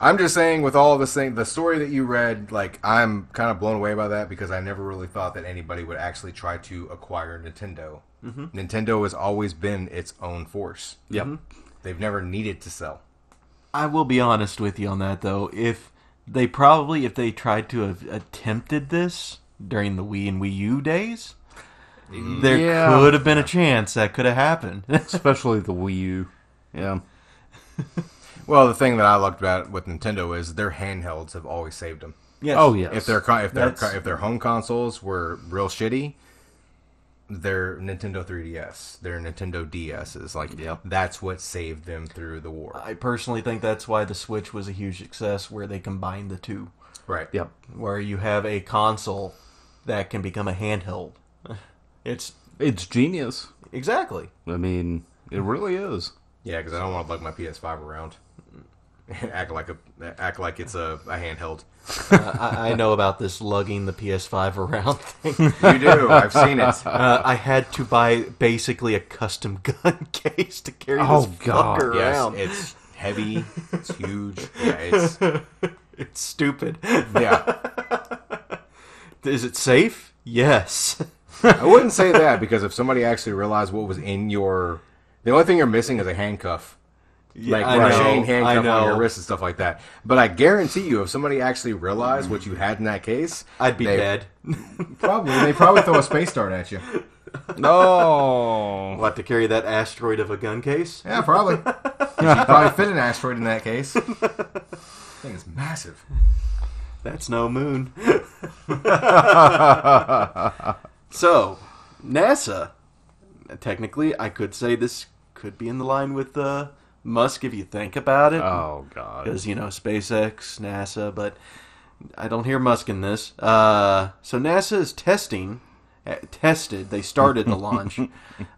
I'm just saying, with all this thing, the story that you read, like I'm kind of blown away by that because I never really thought that anybody would actually try to acquire Nintendo. Nintendo has always been its own force. Yep. They've never needed to sell. I will be honest with you on that though. If they probably if they tried to have attempted this during the Wii and Wii U days, there Yeah. could have been a chance that could have happened. Especially the Wii U. Yeah. Well, the thing that I loved about with Nintendo is their handhelds have always saved them. yes. Oh, yes. if their co- if their That's- co- if their home consoles were real shitty, their Nintendo 3DS, their Nintendo DS is like Yep. Uh, that's what saved them through the war. I personally think that's why the Switch was a huge success where they combined the two. right. Yep. Where you have a console that can become a handheld. It's It's genius. exactly. I mean, it really is. Yeah, because I don't want to lug my PS5 around. act like a act like it's a, a handheld. I, I know about this lugging the PS5 around thing. You do. I've seen it. Uh, I had to buy basically a custom gun case to carry Oh, this God, fucker Yes, around. it's heavy. It's huge. Yeah, it's, it's stupid. yeah. Is it safe? Yes. I wouldn't say that because if somebody actually realized what was in your, the only thing you're missing is a handcuff. like I know, crocheting I handcuff on know. your wrist and stuff like that. But I guarantee you, if somebody actually realized what you had in that case, I'd be they- dead. Probably they probably throw a space dart at you. No. We'll have to carry that asteroid of a gun case. Yeah, probably. you probably fit an asteroid in that case. thing is massive. That's no moon. so, NASA. Technically, I could say this could be in the line with uh, Musk if you think about it. Oh God. because you know SpaceX, NASA, but I don't hear Musk in this. Uh, so NASA is testing, uh, tested. They started the launch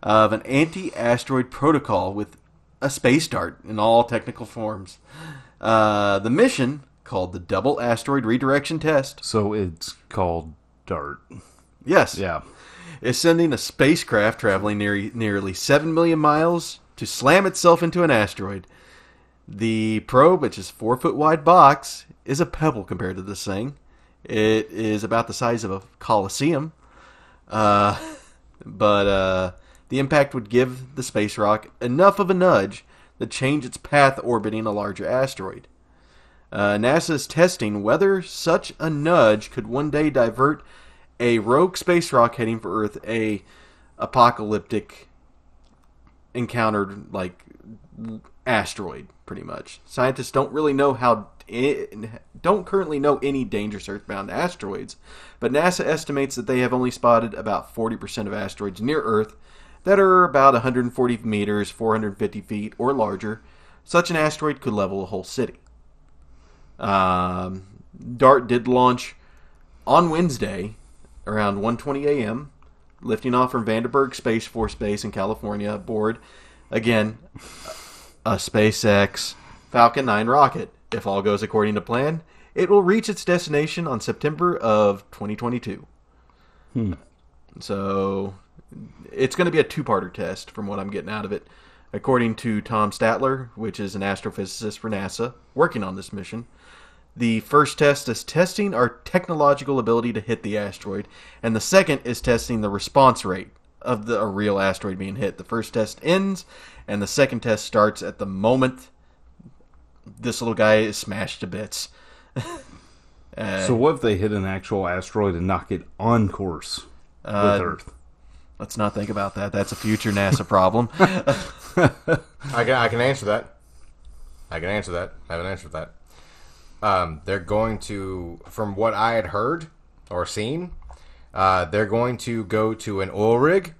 of an anti-asteroid protocol with a space dart in all technical forms. Uh, the mission called the Double Asteroid Redirection Test. So it's called Dart. Yes, Yeah. is sending a spacecraft traveling near, nearly 7 million miles to slam itself into an asteroid. The probe, which is four foot wide box, is a pebble compared to this thing. It is about the size of a coliseum, uh, but uh, the impact would give the space rock enough of a nudge to change its path orbiting a larger asteroid. Uh, NASA is testing whether such a nudge could one day divert a rogue space rock heading for Earth, a apocalyptic encountered like asteroid, pretty much. Scientists don't really know how don't currently know any dangerous Earthbound asteroids, but NASA estimates that they have only spotted about 40% of asteroids near Earth that are about 140 meters, 450 feet, or larger. Such an asteroid could level a whole city. Um, Dart did launch on Wednesday around 1:20 a.m., lifting off from Vandenberg Space Force Base in California aboard again a SpaceX Falcon 9 rocket. If all goes according to plan, it will reach its destination on September of 2022. So it's going to be a two-parter test from what I'm getting out of it. According to Tom Statler, which is an astrophysicist for NASA working on this mission, the first test is testing our technological ability to hit the asteroid, and the second is testing the response rate of the, a real asteroid being hit. The first test ends, and the second test starts at the moment this little guy is smashed to bits. Uh, So what if they hit an actual asteroid and knock it on course uh, with Earth? Let's not think about that. That's a future NASA problem. I can, I can answer that. I can answer that. I have an answer for that. Um, they're going to, from what I had heard or seen, uh, they're going to go to an oil rig,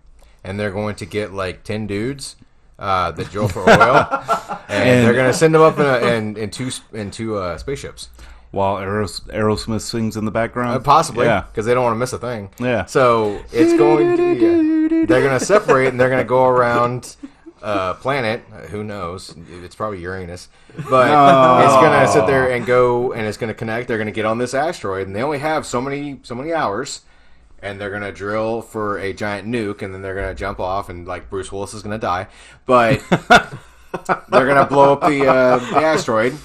and they're going to get like ten dudes uh, that drill for oil, and, they're going to send them up in, a, in, in two sp- in two uh, spaceships, While Aeros- Aerosmith sings in the background, Uh, possibly Yeah, because they don't want to miss a thing. Yeah. So it's going. To, yeah. They're going to separate, and they're going to go around. Uh, planet, uh, who knows? It's probably Uranus, but it's gonna sit there and go, and it's gonna connect. They're gonna get on this asteroid, and they only have so many, so many hours, and they're gonna drill for a giant nuke, and then they're gonna jump off, and like Bruce Willis is gonna die, but they're gonna blow up the, uh, the asteroid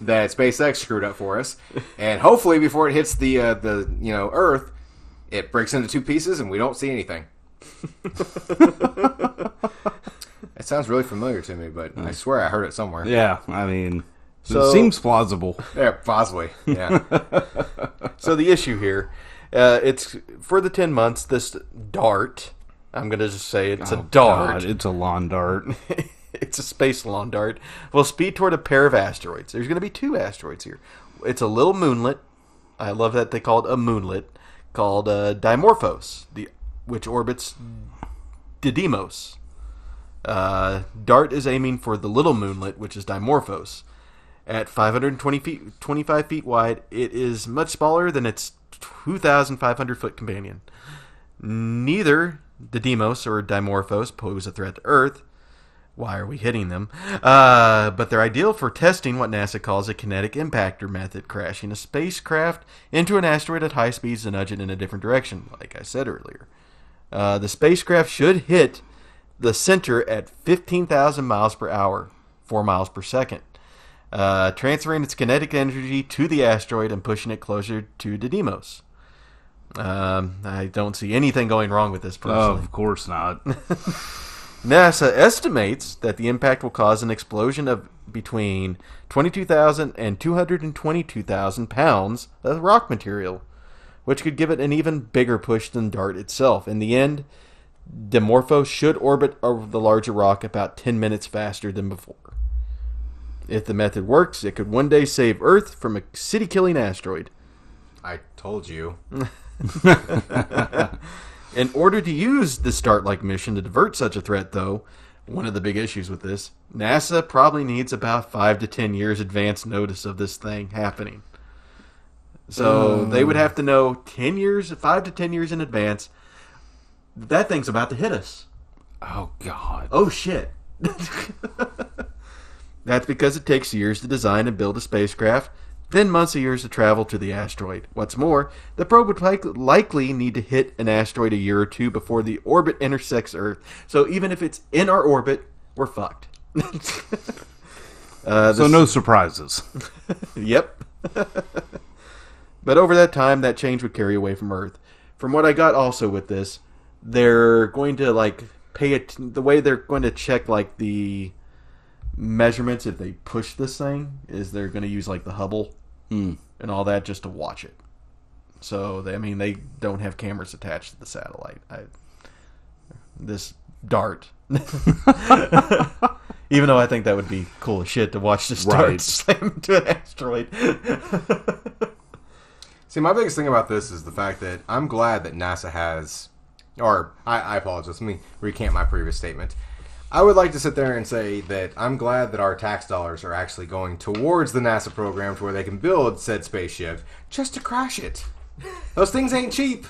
that SpaceX screwed up for us, and hopefully before it hits the uh, the you know Earth, it breaks into two pieces and we don't see anything. it sounds really familiar to me, but I swear I heard it somewhere. yeah. I mean, So- it seems plausible. Yeah, possibly. Yeah, so the issue here, uh, it's for the ten months. This dart, I'm gonna just say it's a dart. God, it's a lawn dart. it's a space lawn dart. Will speed toward a pair of asteroids. There's gonna be two asteroids here. It's a little moonlet. I love that they called a moonlet called uh, Dimorphos, the which orbits Didymos. Uh, Dart is aiming for the little moonlet, which is Dimorphos. At 520 feet, 25 feet wide, it is much smaller than its 2,500 foot companion. Neither the Demos or Dimorphos pose a threat to Earth. Why are we hitting them? Uh, but they're ideal for testing what NASA calls a kinetic impactor method, crashing a spacecraft into an asteroid at high speeds to nudge it in a different direction, like I said earlier. Uh, the spacecraft should hit the center at 15,000 miles per hour, 4 miles per second, uh, transferring its kinetic energy to the asteroid and pushing it closer to Didymos. Um, I don't see anything going wrong with this personally. of course not. NASA estimates that the impact will cause an explosion of between 22,000 and 222,000 pounds of rock material, which could give it an even bigger push than DART itself. In the end, Dimorphos should orbit over the larger rock about 10 minutes faster than before. If the method works, it could one day save Earth from a city killing asteroid. I told you. In order to use the start like mission to divert such a threat, though, one of the big issues with this, NASA probably needs about five to ten years advance notice of this thing happening. So they would have to know ten years, five to ten years in advance, that thing's about to hit us. oh God. Oh shit. That's because it takes years to design and build a spacecraft, then months of years to travel to the asteroid. What's more, the probe would like, likely need to hit an asteroid a year or two before the orbit intersects Earth. So even if it's in our orbit, we're fucked. uh, So no surprises. Yep. but over that time, that change would carry away from Earth. From what I got also with this, they're going to like pay it the way they're going to check like the measurements if they push this thing is they're going to use like the Hubble and all that just to watch it. So they, I mean, they don't have cameras attached to the satellite. I, this dart. Even though I think that would be cool as shit to watch this dart Right. slam into an asteroid. See, my biggest thing about this is the fact that I'm glad that NASA has, or I, I apologize. Let me recant my previous statement. I would like to sit there and say that I'm glad that our tax dollars are actually going towards the NASA program to where they can build said spaceship just to crash it. Those things ain't cheap.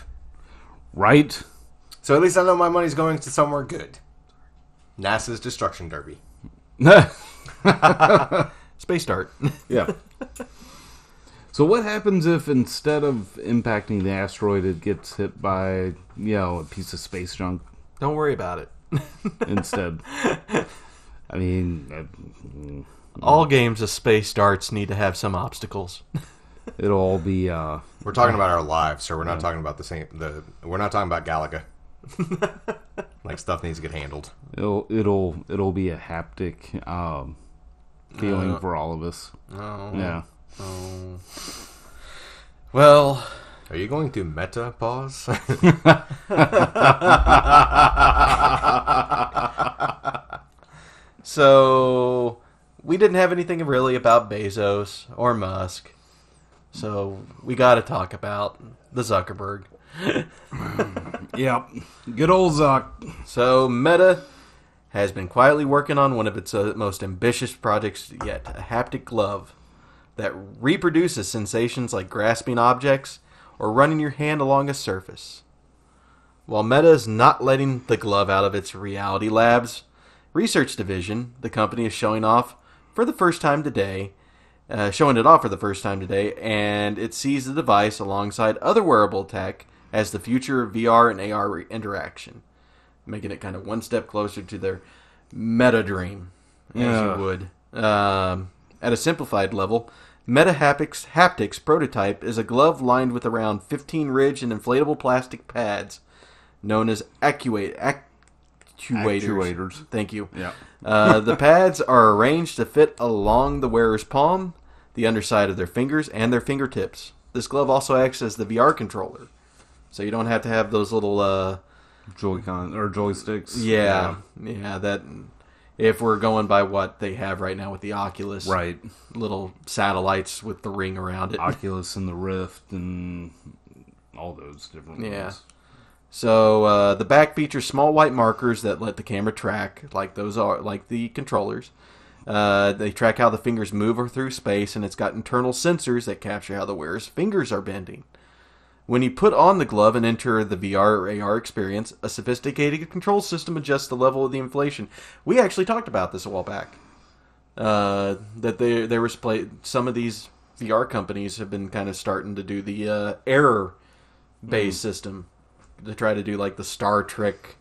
Right? So at least I know my money's going to somewhere good. NASA's destruction derby. Space dart. yeah. So what happens if instead of impacting the asteroid, it gets hit by you know a piece of space junk? Don't worry about it. instead. I mean, I- All games of space darts need to have some obstacles. it'll all be. Uh, We're talking about our lives, sir. We're not talking about the same. The we're not talking about Galaga. like stuff needs to get handled. it'll it'll it'll be a haptic um, feeling Uh, for all of us. oh. Yeah. Well, Are you going to meta pause? so we didn't have anything really about Bezos or Musk. So we got to talk about the Zuckerberg. Yep. Good old Zuck. So Meta has been quietly working on one of its uh, most ambitious projects yet, a haptic glove that reproduces sensations like grasping objects or running your hand along a surface. While Meta is not letting the glove out of its reality labs research division, the company is showing off for the first time today, uh, showing it off for the first time today, and it sees the device alongside other wearable tech as the future of VR and AR re- interaction making it kind of one step closer to their meta dream, as Yeah. you would. Um, at a simplified level, Meta Haptics, Haptics prototype is a glove lined with around 15 ridge and inflatable plastic pads known as actuate, actuators. Actuators. Thank you. Yeah. Uh, the pads are arranged to fit along the wearer's palm, the underside of their fingers, and their fingertips. This glove also acts as the VR controller, so you don't have to have those little uh, Joy-Con or joysticks. yeah, yeah, That if we're going by what they have right now with the Oculus, Right. Little satellites with the ring around it. Oculus and the Rift and all those different Yeah. ones. So uh, the back features small white markers that let the camera track, like those are like the controllers. Uh, they track how the fingers move or through space, and it's got internal sensors that capture how the wearer's fingers are bending. When you put on the glove and enter the VR or AR experience, a sophisticated control system adjusts the level of the inflation. We actually talked about this a while back. Uh, that they there was play, some of these VR companies have been kind of starting to do the uh, error based system to try to do like the Star Trek.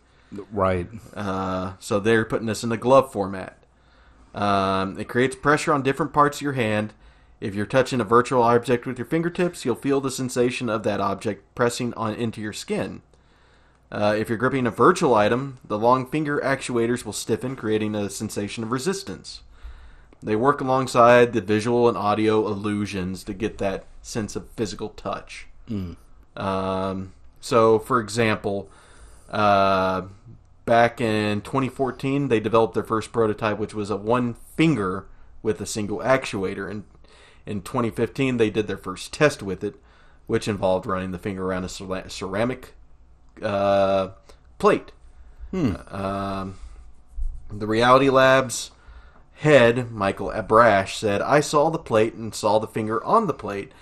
Right. Uh, so they're putting this in the glove format. Um, it creates pressure on different parts of your hand. If you're touching a virtual object with your fingertips, you'll feel the sensation of that object pressing on into your skin. Uh, if you're gripping a virtual item, the long finger actuators will stiffen, creating a sensation of resistance. They work alongside the visual and audio illusions to get that sense of physical touch. Um, so, for example, uh, back in 2014, they developed their first prototype, which was a one finger with a single actuator. And in 2015, they did their first test with it, which involved running the finger around a cera- ceramic uh, plate. Um, the Reality Labs head, Michael Abrash, said, I saw the plate and saw the finger on the plate.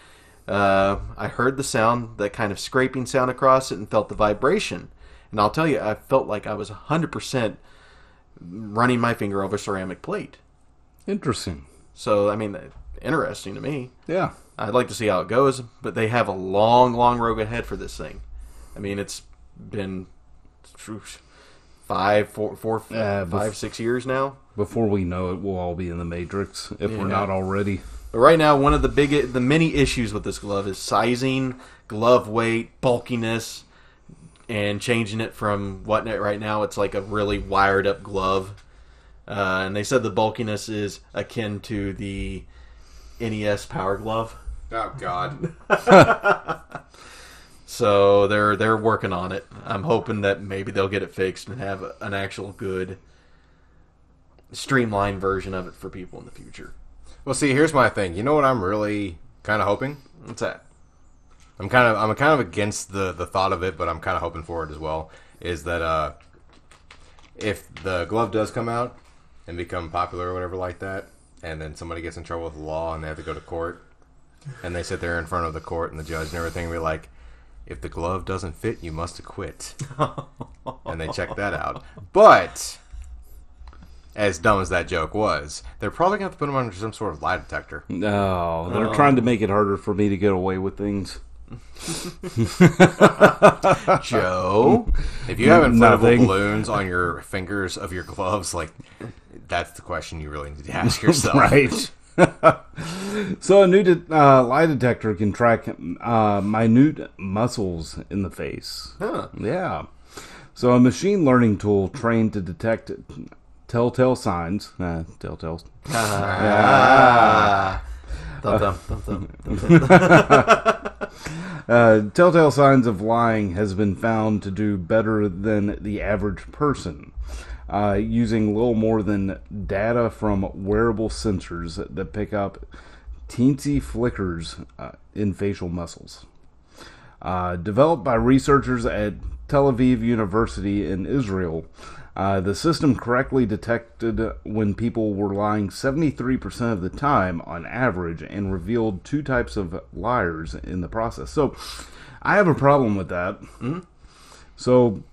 Uh, I heard the sound, that kind of scraping sound across it, and felt the vibration. And I'll tell you, I felt like I was 100% running my finger over ceramic plate. Interesting. So, I mean, interesting to me. Yeah. I'd like to see how it goes, but they have a long, long road ahead for this thing. I mean, it's been phew, five, four, four, Uh, five, bef- six years now. Before we know it, we'll all be in the Matrix if Yeah. we're not already. But right now, one of the big, the many issues with this glove is sizing, glove weight, bulkiness, and changing it from what right now it's like a really wired up glove. Uh, and they said the bulkiness is akin to the NES Power Glove. oh God. So they're they're working on it. I'm hoping that maybe they'll get it fixed and have an actual good streamlined version of it for people in the future. Well, see, here's my thing. You know what I'm really kind of hoping. What's that? I'm kind of I'm kind of against the the thought of it, but I'm kind of hoping for it as well. Is that uh, if the glove does come out and become popular or whatever like that, and then somebody gets in trouble with the law and they have to go to court, and they sit there in front of the court and the judge and everything, and be like, if the glove doesn't fit, you must acquit, and they check that out. But as dumb as that joke was, they're probably gonna have to put them under some sort of lie detector. Oh. No, they're trying to make it harder for me to get away with things. Joe, if you have inflatable Nothing. balloons on your fingers of your gloves, like that's the question you really need to ask yourself. right. so a new de- uh, lie detector can track uh, minute muscles in the face. Huh. Yeah. So a machine learning tool trained to detect telltale signs. Uh, telltales. Thump, thump, thump, thump, thump. Uh, telltale signs of lying has been found to do better than the average person. Uh, using little more than data from wearable sensors that pick up teensy flickers uh, in facial muscles. Uh, developed by researchers at Tel Aviv University in Israel, uh, the system correctly detected when people were lying 73% of the time on average and revealed two types of liars in the process. So I have a problem with that. Mm-hmm. So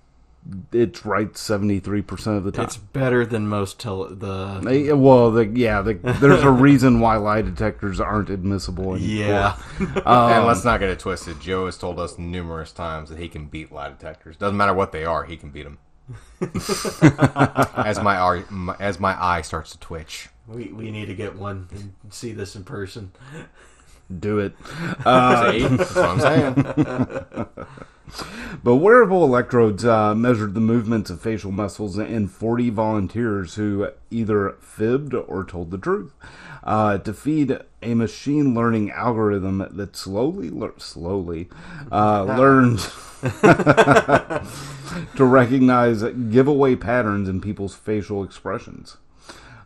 it's right 73% of the time. It's better than most tele- the Eh, well, the, yeah, the, there's a reason why lie detectors aren't admissible. in yeah. and let's Um, not get it twisted. Joe has told us numerous times that he can beat lie detectors. Doesn't matter what they are, he can beat them. as my, ar- my as my eye starts to twitch. We we need to get one and see this in person. Do it. Uh, That's what I'm saying. But wearable electrodes uh, measured the movements of facial muscles in 40 volunteers who either fibbed or told the truth uh, to feed a machine learning algorithm that slowly, lear- slowly uh, learned to recognize giveaway patterns in people's facial expressions.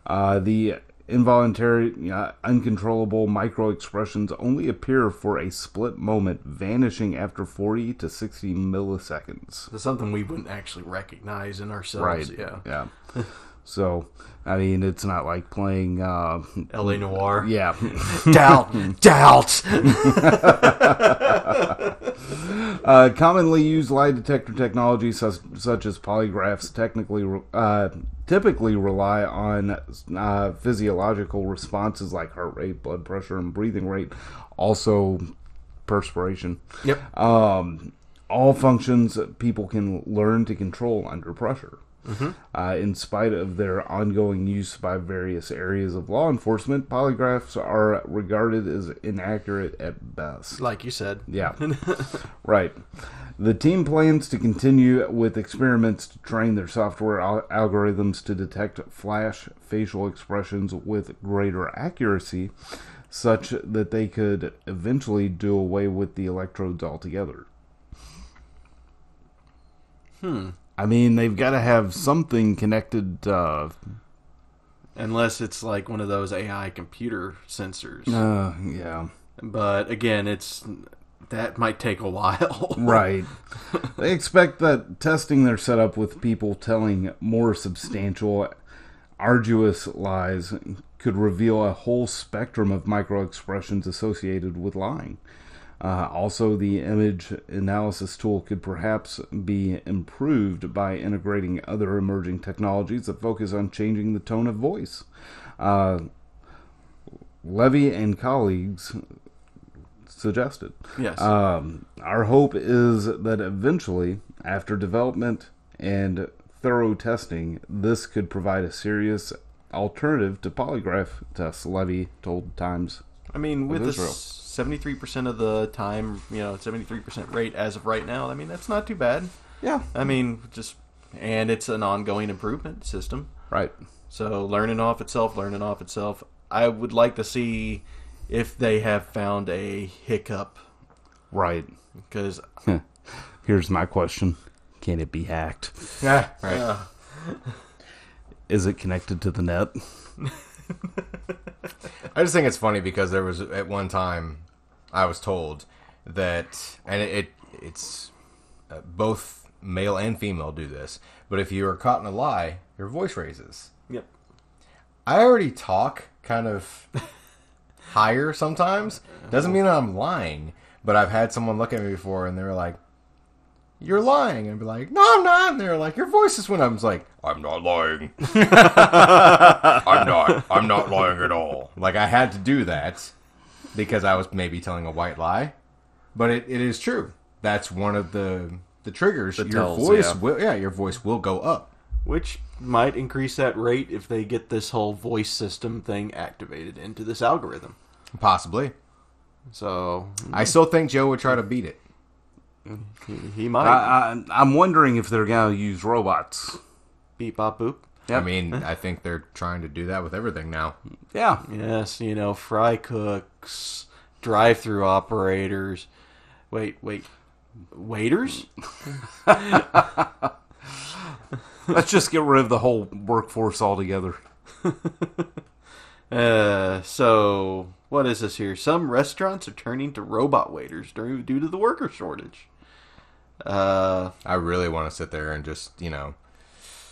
Uh, the involuntary, uh, uncontrollable micro expressions only appear for a split moment, vanishing after 40 to 60 milliseconds. It's something we wouldn't actually recognize in Right. ourselves. Yeah. Yeah. so, I mean, it's not like playing. Uh, L.A. Noir. yeah. Doubt. Doubt. Uh, commonly used lie detector technology, such, such as polygraphs, technically re- uh, typically rely on uh, physiological responses like heart rate, blood pressure, and breathing rate, also perspiration. Yep. Um, all functions people can learn to control under pressure. Uh, in spite of their ongoing use by various areas of law enforcement, polygraphs are regarded as inaccurate at best. Like you said. Yeah. right. The team plans to continue with experiments to train their software al- algorithms to detect flash facial expressions with greater accuracy, such that they could eventually do away with the electrodes altogether. Hmm. I mean, they've got to have something connected. Uh, Unless it's like one of those AI computer sensors. uh, yeah. But again, it's that might take a while. Right. they expect that testing their setup with people telling more substantial, arduous lies could reveal a whole spectrum of micro expressions associated with lying. Uh, also, the image analysis tool could perhaps be improved by integrating other emerging technologies that focus on changing the tone of voice. Uh, Levy and colleagues suggested. Yes. Um, our hope is that eventually, after development and thorough testing, this could provide a serious alternative to polygraph tests, Levy told Times. I mean, with It the is real. seventy-three percent of the time, you know, seventy-three percent rate as of right now. I mean, that's not too bad. Yeah. I mean, just and it's an ongoing improvement system. Right. So learning off itself, learning off itself. I would like to see if they have found a hiccup Right. because Here's my question Can it be hacked? Yeah, right. Is it connected to the net? I just think it's funny because there was at one time I was told that, and it, it it's uh, both male and female do this, but if you are caught in a lie, your voice raises. yep. I already talk kind of higher sometimes. Doesn't mean I'm lying, but I've had someone look at me before and they were like, "You're lying," and I'd be like, "No, I'm not." And they're like, "Your voice is when I'm like, I'm not lying. I'm not. I'm not lying at all." Like I had to do that because I was maybe telling a white lie, But it, it is true. That's one of the the triggers. your tells, voice yeah. will yeah, your voice will go up. which might increase that rate if they get this whole voice system thing activated into this algorithm. Possibly. So I still think Joe would try to beat it. he, he might I, I, I'm wondering if they're going to use robots. beep bop boop. Yep. I mean, I think they're trying to do that with everything now. Yeah. Yes, you know, fry cooks, drive-through operators. Wait, wait, waiters? Let's just get rid of the whole workforce altogether. Uh, so what is this here? Some restaurants are turning to robot waiters during, due to the worker shortage. Uh, I really want to sit there and just, you know,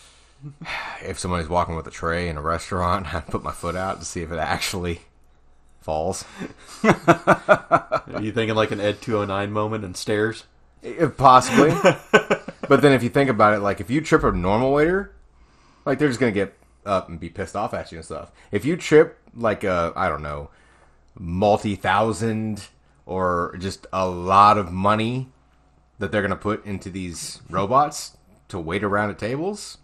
if somebody's walking with a tray in a restaurant, I put my foot out to see if it actually falls. are you thinking like an Ed 209 moment and stairs? If possibly. but then if you think about it, like if you trip a normal waiter, like they're just gonna get up and be pissed off at you and stuff. If you trip like a I don't know, multi thousand or just a lot of money that they're gonna put into these robots to wait around at tables,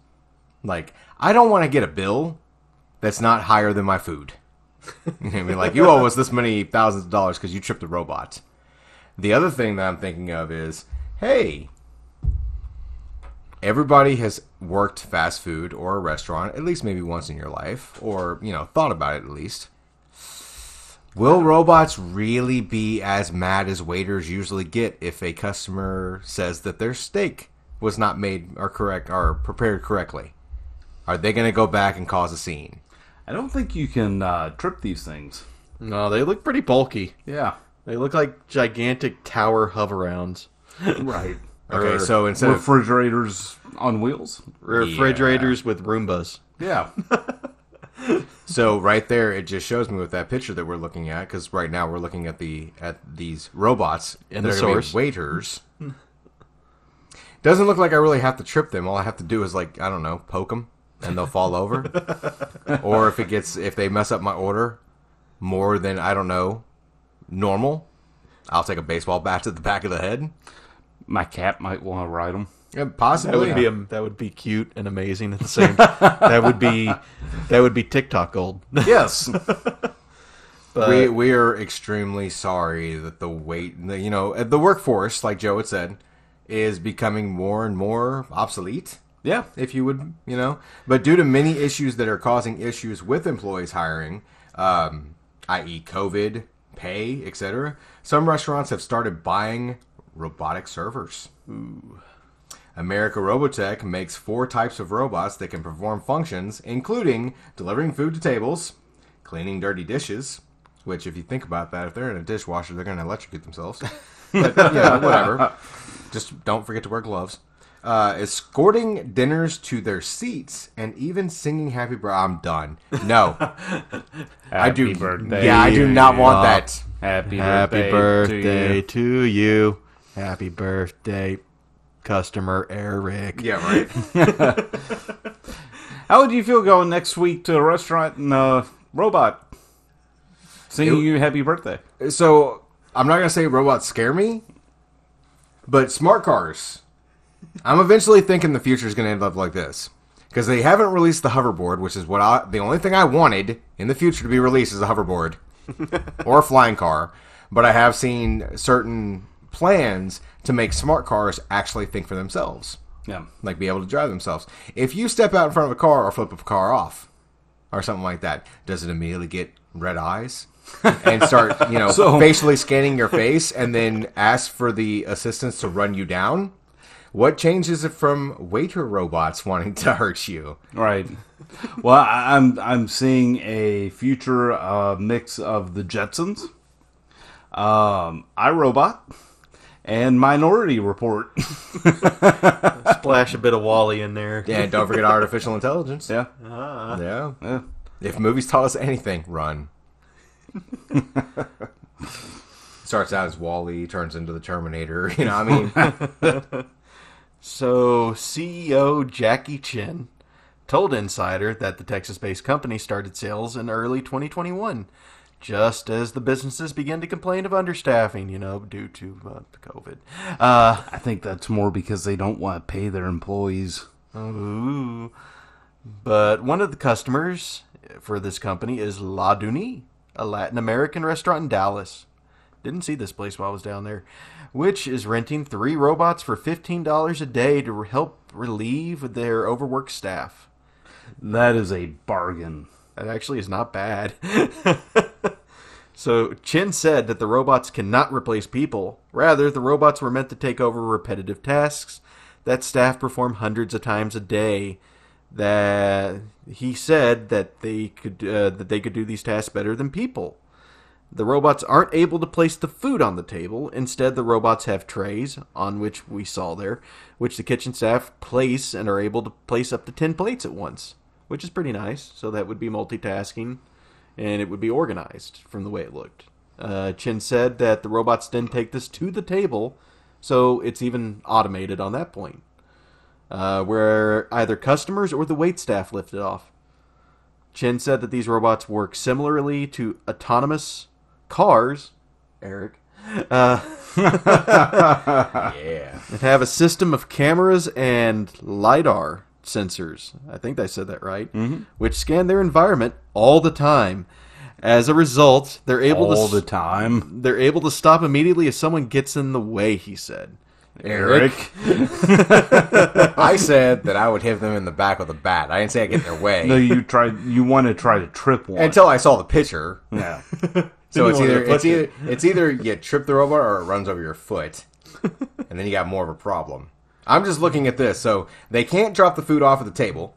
like I don't wanna get a bill that's not higher than my food. I mean, like you owe us this many thousands of dollars because you tripped a robot. The other thing that I'm thinking of is, hey, everybody has worked fast food or a restaurant at least maybe once in your life, or you know, thought about it at least. Will robots really be as mad as waiters usually get if a customer says that their steak was not made or correct or prepared correctly? Are they going to go back and cause a scene? I don't think you can uh, trip these things. No, they look pretty bulky. Yeah. They look like gigantic tower hover rounds. Right. Okay, Or so instead of Refrigerators on wheels. refrigerators with Roombas. Yeah. So right there, it just shows me with that picture that we're looking at because right now we're looking at the at these robots And that the are gonna be source. waiters. Doesn't look like I really have to trip them. All I have to do is like I don't know, poke them, and they'll fall over. or if it gets if they mess up my order more than I don't know normal, I'll take a baseball bat to the back of the head. My cat might want to ride them. And That possibly would be a, that would be cute and amazing at the same. that would be that would be TikTok gold. Yes. we, we are extremely sorry that the weight, the, you know, the workforce, like Joe had said, is becoming more and more obsolete, yeah. if you would, you know. But due to many issues that are causing issues with employees hiring, um, i.e., COVID, pay, etc., some restaurants have started buying robotic servers. America Robotech makes four types of robots that can perform functions, including delivering food to tables, cleaning dirty dishes, which, if you think about that, if they're in a dishwasher, they're going to electrocute themselves. but, yeah, whatever. Just don't forget to wear gloves. Uh, escorting dinners to their seats and even singing happy birthday. I'm done. No. I do. Yeah, I do not want that. Happy, birthday. Happy birthday to you. Happy birthday, customer Eric. Yeah, right. How would you feel going next week to a restaurant and a robot singing you happy birthday? So I'm not gonna say robots scare me, but smart cars. I'm eventually thinking the future is gonna end up like this because they haven't released the hoverboard, which is what I the only thing I wanted in the future to be released is a hoverboard or a flying car. But I have seen certain plans to make smart cars actually think for themselves, Yeah. like be able to drive themselves. If you step out in front of a car or flip a car off or something like that, does it immediately get red eyes? and start, you know, So- facially scanning your face and then ask for the assistants to run you down? What changes it from waiter robots wanting to hurt you? Right. well, I, I'm I'm seeing a future uh, mix of the Jetsons, um, iRobot, and Minority Report. Splash a bit of Wally in there. And don't forget artificial intelligence. yeah. Yeah. Yeah. If movies taught us anything, run. Starts out as Wally, turns into the Terminator. You know, I mean, So, CEO Jackie Chin told Insider that the Texas based company started sales in early 2021 Just as the businesses begin to complain of understaffing, you know, due to uh, COVID. Uh, I think that's more because they don't want to pay their employees. Ooh. But one of the customers for this company is La Dunie, a Latin American restaurant in Dallas. Didn't see this place while I was down there, which is renting three robots for $15 a day to help relieve their overworked staff. That is a bargain. That actually is not bad. so Chin said that the robots cannot replace people. Rather, the robots were meant to take over repetitive tasks that staff perform hundreds of times a day. That he said that they could uh, that they could do these tasks better than people. The robots aren't able to place the food on the table. Instead, the robots have trays on which we saw there, which the kitchen staff place and are able to place up to 10 plates at once, which is pretty nice. So that would be multitasking and it would be organized from the way it looked. Uh, Chin said that the robots then take this to the table, so it's even automated on that point, uh, where either customers or the wait staff lift it off. Chen said that these robots work similarly to autonomous cars, Eric, uh, Yeah. and have a system of cameras and LiDAR sensors. I think I said that right. Mm-hmm. Which scan their environment all the time. As a result, they're able All to the s- time. they're able to stop immediately if someone gets in the way. He said. Eric. I said that I would hit them in the back with a bat. I didn't say I get in their way No, you try you want to try to trip one. until I saw the picture. yeah. So it's you wanted either to push it's either it's either you trip the robot or it runs over your foot, and then you got more of a problem. I'm just looking at this. So they can't drop the food off at the table.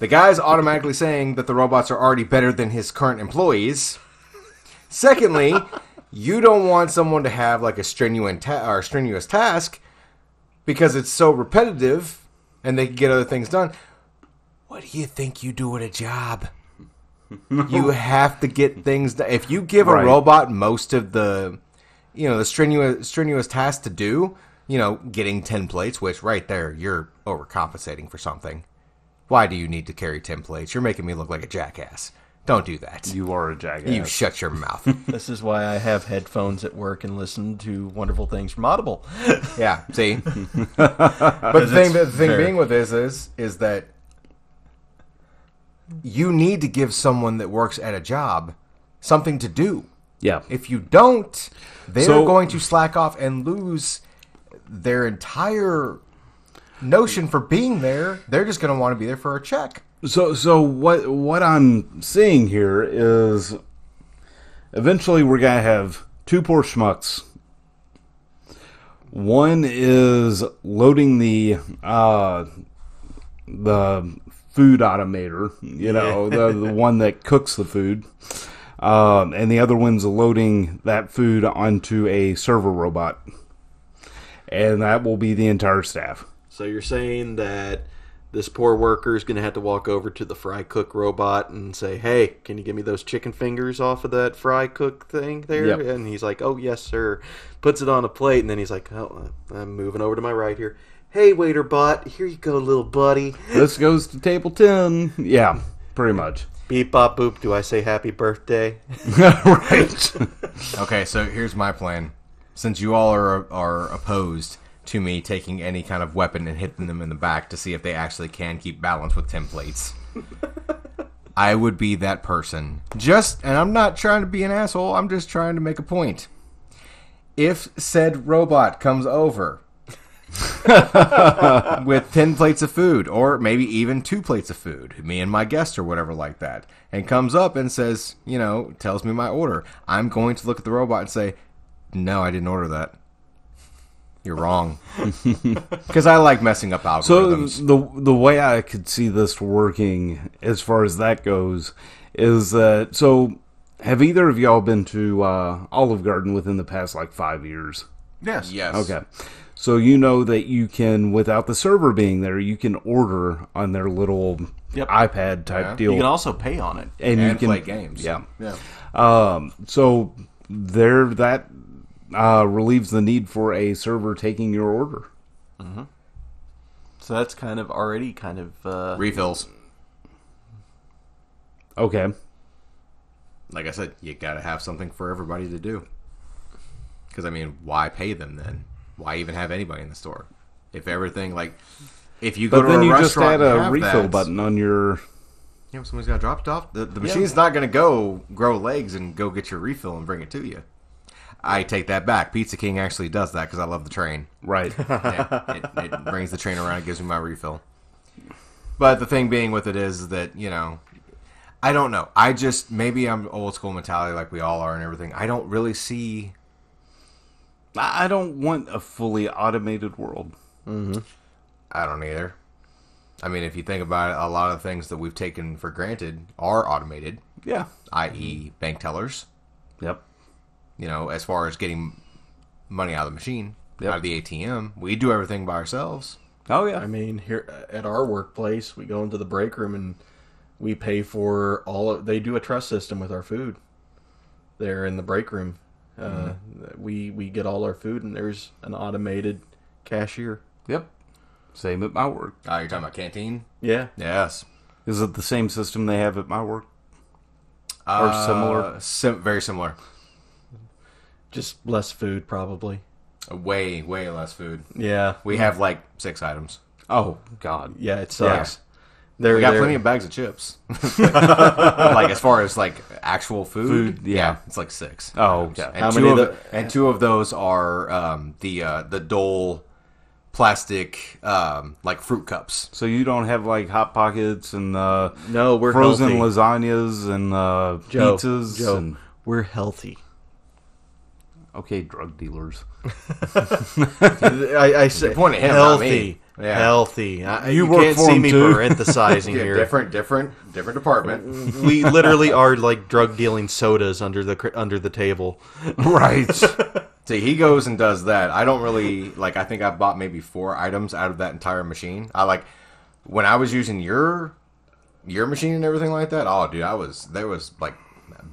The guy's automatically saying that the robots are already better than his current employees. Secondly, you don't want someone to have like a strenuous ta- or strenuous task because it's so repetitive, and they can get other things done. What do you think you do at a job? you have to get things done. If you give Right. a robot most of the, you know, the strenuous strenuous tasks to do, you know, getting ten plates, which right there you're overcompensating for something. Why do you need to carry ten plates? You're making me look like a jackass. Don't do that. You, You are a jackass. shut your mouth. This is why I have headphones at work and listen to wonderful things from Audible. yeah. See. but the thing, the thing fair. being with this is, is that you need to give someone that works at a job something to do. yeah. If you don't, they're So- going to slack off and lose their entire notion for being there. They're just going to want to be there for a check. So so what what I'm seeing here is eventually we're gonna have two poor schmucks. One is loading the uh, the food automator, you know, the, the one that cooks the food, um, and the other one's loading that food onto a server robot, and that will be the entire staff. So you're saying that this poor worker is going to have to walk over to the fry cook robot and say, "Hey, can you give me those chicken fingers off of that fry cook thing there?" Yep. And he's like, "Oh yes, sir." Puts it on a plate, and then he's like, "Oh, I'm moving over to my right here." Hey, waiter bot, here you go, little buddy. This goes to table ten. Yeah, pretty much. Beep bop boop. Do I say happy birthday? right. Okay, so here's my plan. Since you all are are opposed to me taking any kind of weapon and hitting them in the back to see if they actually can keep balance with templates. I would be that person. Just and I'm not trying to be an asshole, I'm just trying to make a point. If said robot comes over with 10 plates of food or maybe even two plates of food me and my guest or whatever like that and comes up and says you know tells me my order i'm going to look at the robot and say no i didn't order that you're wrong because i like messing up So algorithms the the way I could see this working, as far as that goes, is that so. Have either of y'all been to uh, Olive Garden within the past like five years? yes yes Okay, so you know that you can, without the server being there, you can order on their little Yep. iPad type Yeah. deal, also pay on it. and, you and can play games Yeah. yeah Um, so there, that uh, relieves the need for a server taking your order. So that's kind of already kind of uh, refills Okay. like I said, you got to have something for everybody to do. Because I mean, why pay them then? Why even have anybody in the store if everything like if you go But to then a you just restaurant add and a have refill that, button on your. Yeah, but somebody's got to drop it off. The, the machine's not going to go grow legs and go get your refill and bring it to you. I take that back. Pizza King actually does that because I love the train. Right. Yeah, it, it brings the train around and gives me my refill. But the thing being with it is that you know, I don't know. I just maybe I'm old school mentality like we all are and everything. I don't really see. I I don't want a fully automated world. I don't either. I mean, if you think about it, a lot of things that we've taken for granted are automated, Yeah. i.e., bank tellers. Yep. You know, as far as getting money out of the machine, Yep. out of the ATM, we do everything by ourselves. Oh yeah. I mean, here uh, at our workplace, we go into the break room and we pay for all. Of, they do a trust system with our food. There in the break room, uh, we we get all our food, and there's an automated cashier. Yep. Same at my work. Ah, you're talking about canteen? Yeah, Yes. Is it the same system they have at my work? Or similar? Uh, sim- very similar. just less food probably. Way, way less food. Yeah, We have like six items. Oh God. yeah, it sucks. There, We got there- plenty of bags of chips. like as far as like actual food, Food, yeah. it's like six. Oh, yeah. and How two many of of the- and two of those are um, the uh, the Dole plastic um, like fruit cups. So you don't have like hot pockets and uh, No, we're frozen healthy. lasagnas and uh, Joe, pizzas Joe, and we're healthy. okay, drug dealers. I, I say pointing at him, not healthy, me. Yeah. healthy. I, You you work can't for see him, me too. parenthesizing here. different, different, different department. we literally are like drug dealing sodas under the cr- under the table. right. See, he goes and does that. I don't really like. I think I bought maybe four items out of that entire machine. I like when I was using your your machine and everything like that. Oh, dude, I was there was like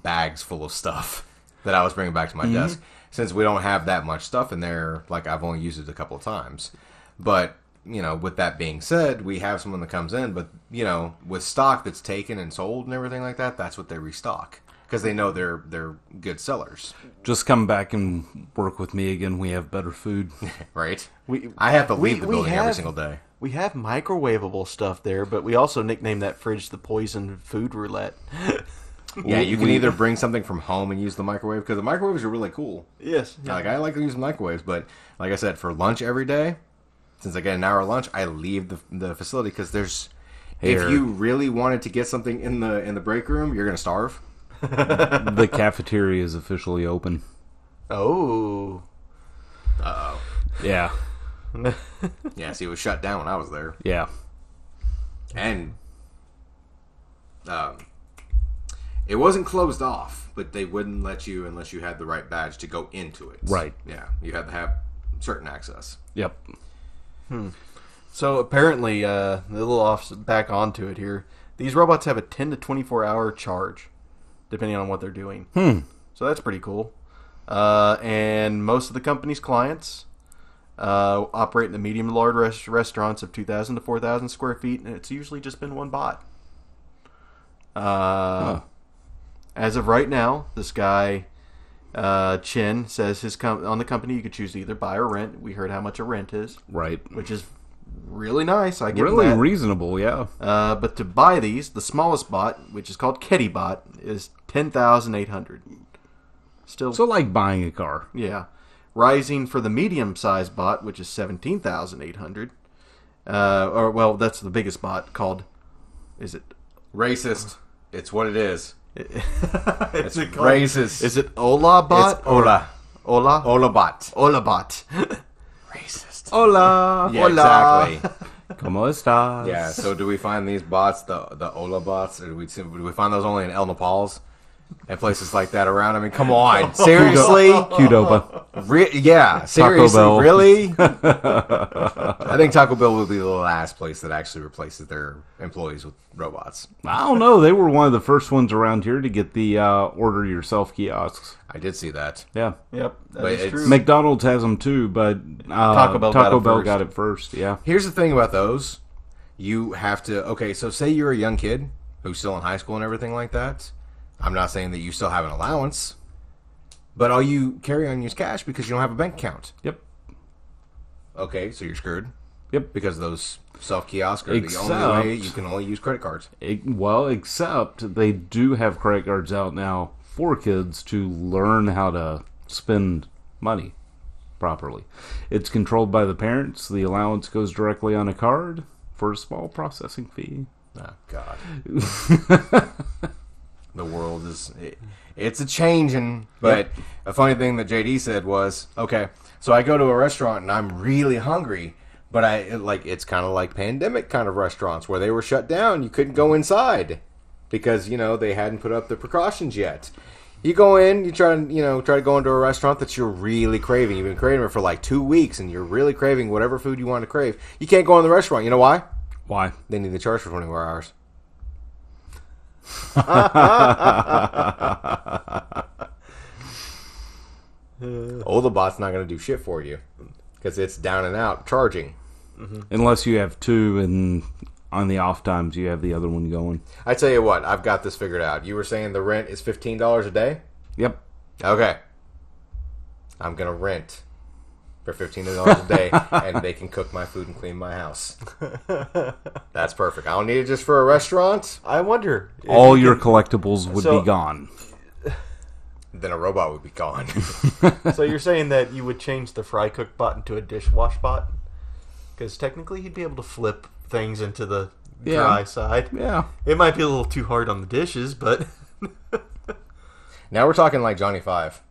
bags full of stuff that I was bringing back to my desk. Since we don't have that much stuff in there, like I've only used it a couple of times. But you know, with that being said, we have someone that comes in, but you know, with stock that's taken and sold and everything like that, that's what they restock because they know they're they're good sellers, Just come back and work with me again. We have better food. right? We I have to leave we- the we building every have- single day. we have microwavable stuff there, but we also nicknamed that fridge the poison food roulette. Yeah, you can either bring something from home and use the microwave because the microwaves are really cool. yes, Like I like to use microwaves, but like I said, for lunch every day, since I get an hour lunch, I leave the, the facility because there's. Here. If you really wanted to get something in the in the break room, you're gonna starve. the cafeteria is officially open. Oh, Yeah. Yeah, see, it was shut down when I was there, Yeah. and um, it wasn't closed off, but they wouldn't let you unless you had the right badge to go into it. Right. Yeah, you had to have certain access. Yep. so apparently, uh, a little off back onto it here. These robots have a ten to twenty four hour charge, depending on what they're doing. Hmm. So that's pretty cool. Uh, and most of the company's clients uh, operate in the medium to large res- restaurants of two thousand to four thousand square feet, and it's usually just been one bot. Uh, as of right now, this guy uh, Chin says his com- on the company you could choose to either buy or rent. We heard how much a rent is, Right. which is really nice. I get Really that. reasonable. Yeah. uh, but to buy these, the smallest bot, which is called KettyBot, is ten thousand eight hundred. Still, So like buying a car. yeah. Rising for the medium-sized bot, which is seventeen thousand eight hundred. Uh, or well, that's the biggest bot called. Is it? Racist. It's what it is. it's It's racist. Is it Ola bot? It's Ola. Ola. Olabot. Ola bot. Racist. Hola. Yeah, Ola. exactly. ¿Cómo estás? yeah. So do we find these bots the the Ola bots, or do we do we find those only in El Nepal's and places like that around? I mean, come on, seriously? Qdoba. Re- yeah, seriously, Bell. really? I think Taco Bell will be the last place that actually replaces their employees with robots. I don't know. They were one of the first ones around here to get the uh, order yourself kiosks. I did see that. Yeah. Yep, that But is it's- true. McDonald's has them too, but uh, Taco Taco Bell, Bell got got it it first. first. Yeah. Here's the thing about those. You have to okay, so say you're a young kid who's still in high school and everything like that. I'm not saying that you still have an allowance, but all you carry on is cash because you don't have a bank account. Yep. Okay, so you're screwed. Yep. Because those self kiosks are the Except- only way you can only use credit cards. It- well, except they do have credit cards out now for kids to learn how to spend money properly. It's controlled by the parents. The allowance goes directly on a card for a small processing fee. Oh God. the world is it, it's a changing. But a funny thing that JD said was, okay, so I go to a restaurant and I'm really hungry, but I it, like it's kind of like pandemic kind of restaurants where they were shut down, you couldn't go inside because you know they hadn't put up the precautions yet. You go in, you try to you know try to go into a restaurant that you're really craving. You've been craving it for like two weeks, and you're really craving whatever food you want to crave. You can't go in the restaurant. You know why? Why? They need to charge for 24 hours. oh, the bot's not going to do shit for you because it's down and out charging. Unless you have two, and on the off times you have the other one going. I tell you what, I've got this figured out. You were saying the rent is fifteen dollars a day. Yep. Okay, I'm gonna rent for fifteen dollars a day, and they can cook my food and clean my house. That's perfect. I don't need it just for a restaurant. I wonder. if All you your collectibles would So- be gone. Then a robot would be gone. could- so you're saying that you would change the fry cook bot into a dishwash bot? Because technically, he'd be able to flip things into the Yeah. dry side. Yeah. It might be a little too hard on the dishes, but Now we're talking like Johnny 5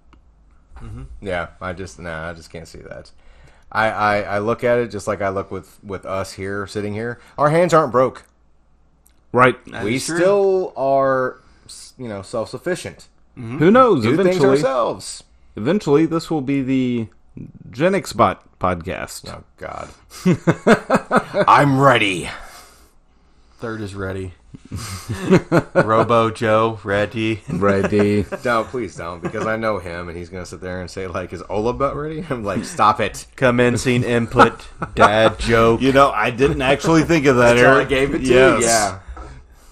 Yeah, I just nah, I just can't see that. I, I I look at it just like I look with with us here sitting here. Our hands aren't broke. Right. we still are, s- you know, self sufficient. Who knows? Do things Eventually, ourselves. eventually, this will be the Genix Bot podcast. Oh God, I'm ready. third is ready. Robo Joe ready. Ready. No, please don't, because I know him, and he's gonna sit there and say like, "Is Ola about ready?" I'm like, "Stop it." Commencing input. Dad joke. You know, I didn't actually think of that, That's how I Eric. gave it to Yes. you. Yeah.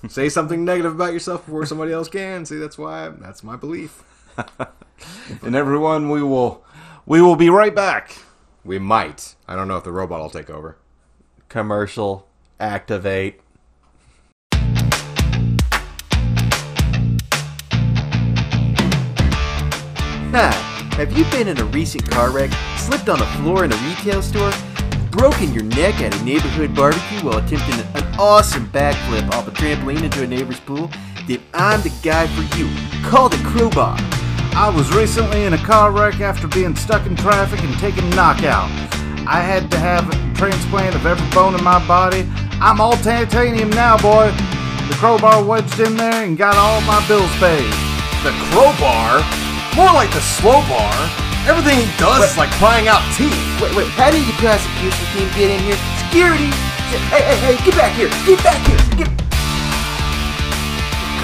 Say something negative about yourself before somebody else can. See, that's why that's my belief. And everyone, we will we will be right back. We might. I don't know if the robot will take over. Commercial. Activate. Hi, have you been in a recent car wreck, slipped on a floor in a retail store, broken your neck at a neighborhood barbecue while attempting an awesome backflip off a trampoline into a neighbor's pool? Then I'm the guy for you. Call the crowbar. I was recently in a car wreck after being stuck in traffic and taking knockout. I had to have a transplant of every bone in my body. I'm all titanium now, boy. The crowbar wedged in there and got all my bills paid. The crowbar? More like the slow bar. Everything he does is like prying out teeth. Wait, wait, how did the prosecution team get in here? Security! Hey, hey, hey, get back here! Get back here! Get...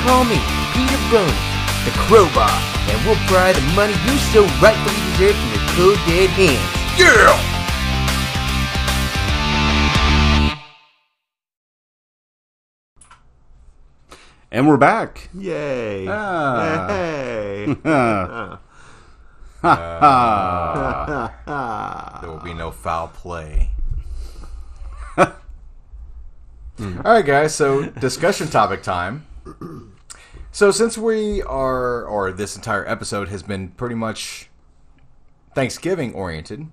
Call me Peter Boone, the crowbar, and we'll pry the money you so rightfully deserve from your cold dead hands. Yeah! And we're back. Yay. Ah. Hey. Uh, There will be no foul play. All right, guys. So discussion topic time. So since we are, or this entire episode has been pretty much Thanksgiving oriented.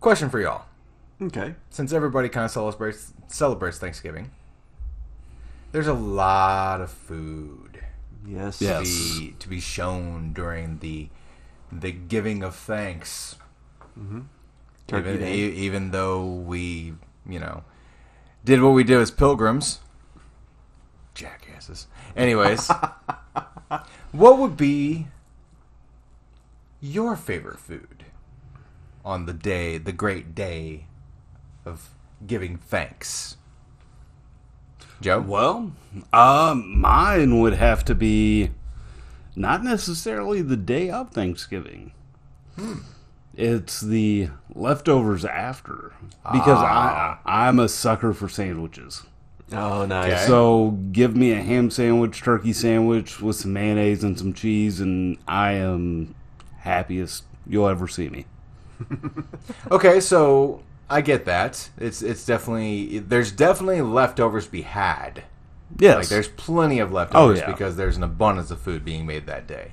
Question for y'all: Okay. Since everybody kind of celebrates celebrates Thanksgiving, there's a lot of food Yes. Yeah. to Yes. be to be shown during the the giving of thanks. Mm-hmm. Turkey even, Day. e- even though we, you know, did what we did as pilgrims, jackasses. Anyways, what would be your favorite food on the day, the great day of giving thanks? Joe, Well, uh, mine would have to be not necessarily the day of Thanksgiving. Hmm. It's the Ah. leftovers after because I I'm a sucker for sandwiches. Oh, nice. Okay. So give me a ham sandwich, turkey sandwich with some mayonnaise and some cheese, and I am happiest you'll ever see me. Okay, so I get that. It's it's definitely there's definitely leftovers to be had. Yes, Oh, Like there's plenty of leftovers yeah. because there's an abundance of food being made that day.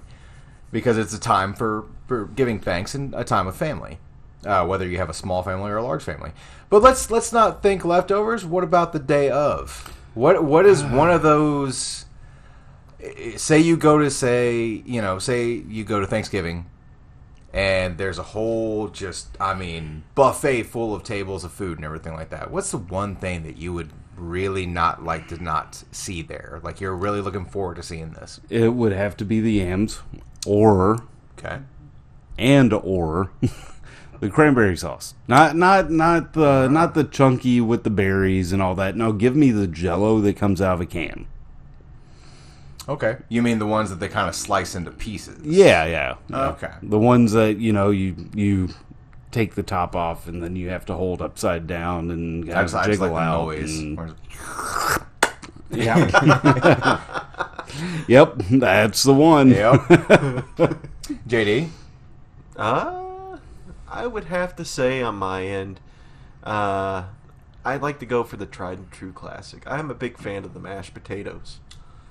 Because it's a time for, for giving thanks and a time of family. Uh, whether you have a small family or a large family. But let's let's not think leftovers. What about the day of? What what is one of those eh, say you go to say, you know, say you go to Thanksgiving and there's a whole just I mean, buffet full of tables of food and everything like that. What's the one thing that you would really not like to not see there? Like you're really looking forward to seeing this. it would have to be the yams, or Okay. and or the cranberry sauce. Not not not the not the chunky with the berries and all that. No, give me the jello that comes out of a can. Okay. You mean the ones that they kind of slice into pieces. Yeah, yeah. yeah. Okay. The ones that, you know, you you take the top off and then you have to hold upside down and I kind just, of I just jiggle like the out. noise. and- Whereas- yeah. yep, that's the one. Yep. JD. Uh, I would have to say on my end, uh, I like to go for the tried and true classic. I'm a big fan of the mashed potatoes.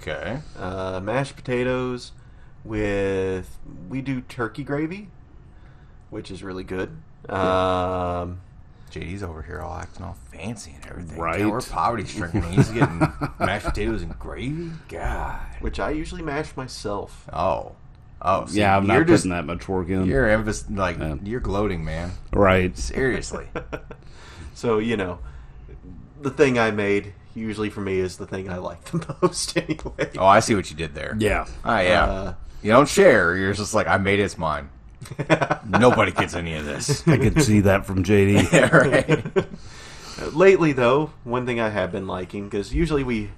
Okay. Uh, mashed potatoes with we do turkey gravy, which is really good. Um, JD's over here all acting all fancy and everything. Right. God, we're poverty stricken. He's getting mashed potatoes and gravy. God. which I usually mash myself. Oh. Oh. see, Yeah, I'm not you're putting just that much work in. you're emphasis like Yeah. you're gloating, man. Right. Seriously. So you know, the thing I made usually for me is the thing I like the most anyway. oh, I see what you did there. Yeah. Oh, yeah. Uh, you don't share. You're just like I made it, it's mine. Nobody gets any of this. I could see that from JD. Yeah, right. Lately, though, one thing I have been liking because usually we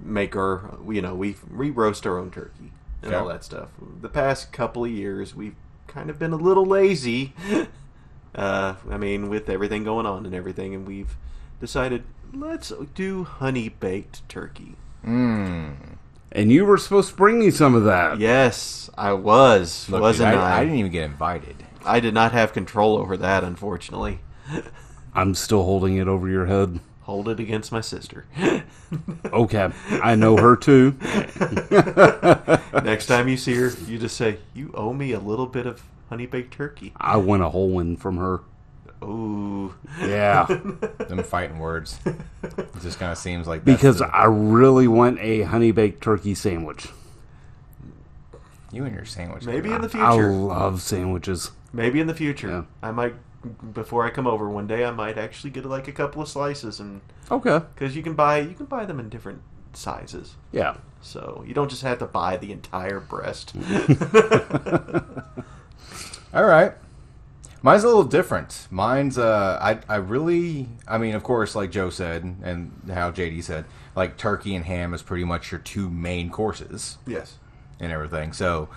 make our, you know, we we roast our own turkey and all Yeah. that stuff. The past couple of years, we've kind of been a little lazy. uh, I mean, with everything going on and everything, and we've decided let's do honey baked turkey. And you were supposed to bring me some of that. Yes, I was, Look, wasn't dude, I? I? I, didn't even get invited. did not have control over that, unfortunately. I'm still holding it over your head. Hold it against my sister. Okay. I know her too. Next time you see her, you just say, "You owe me a little bit of honey baked turkey." I want a whole one from her. Ooh. Yeah. Them fighting words. It just kind of seems like that's because the- I really want a honey baked turkey sandwich. you and your sandwich. Maybe in the I future. love sandwiches. Maybe in the future. Yeah. I might before I come over one day I might actually get like a couple of slices and Okay. cuz you can buy you can buy them in different sizes. Yeah. So, you don't just have to buy the entire breast. All right. Mine's a little different. Mine's uh I I really I mean of course like Joe said and how JD said like turkey and ham is pretty much your two main courses yes. and everything. So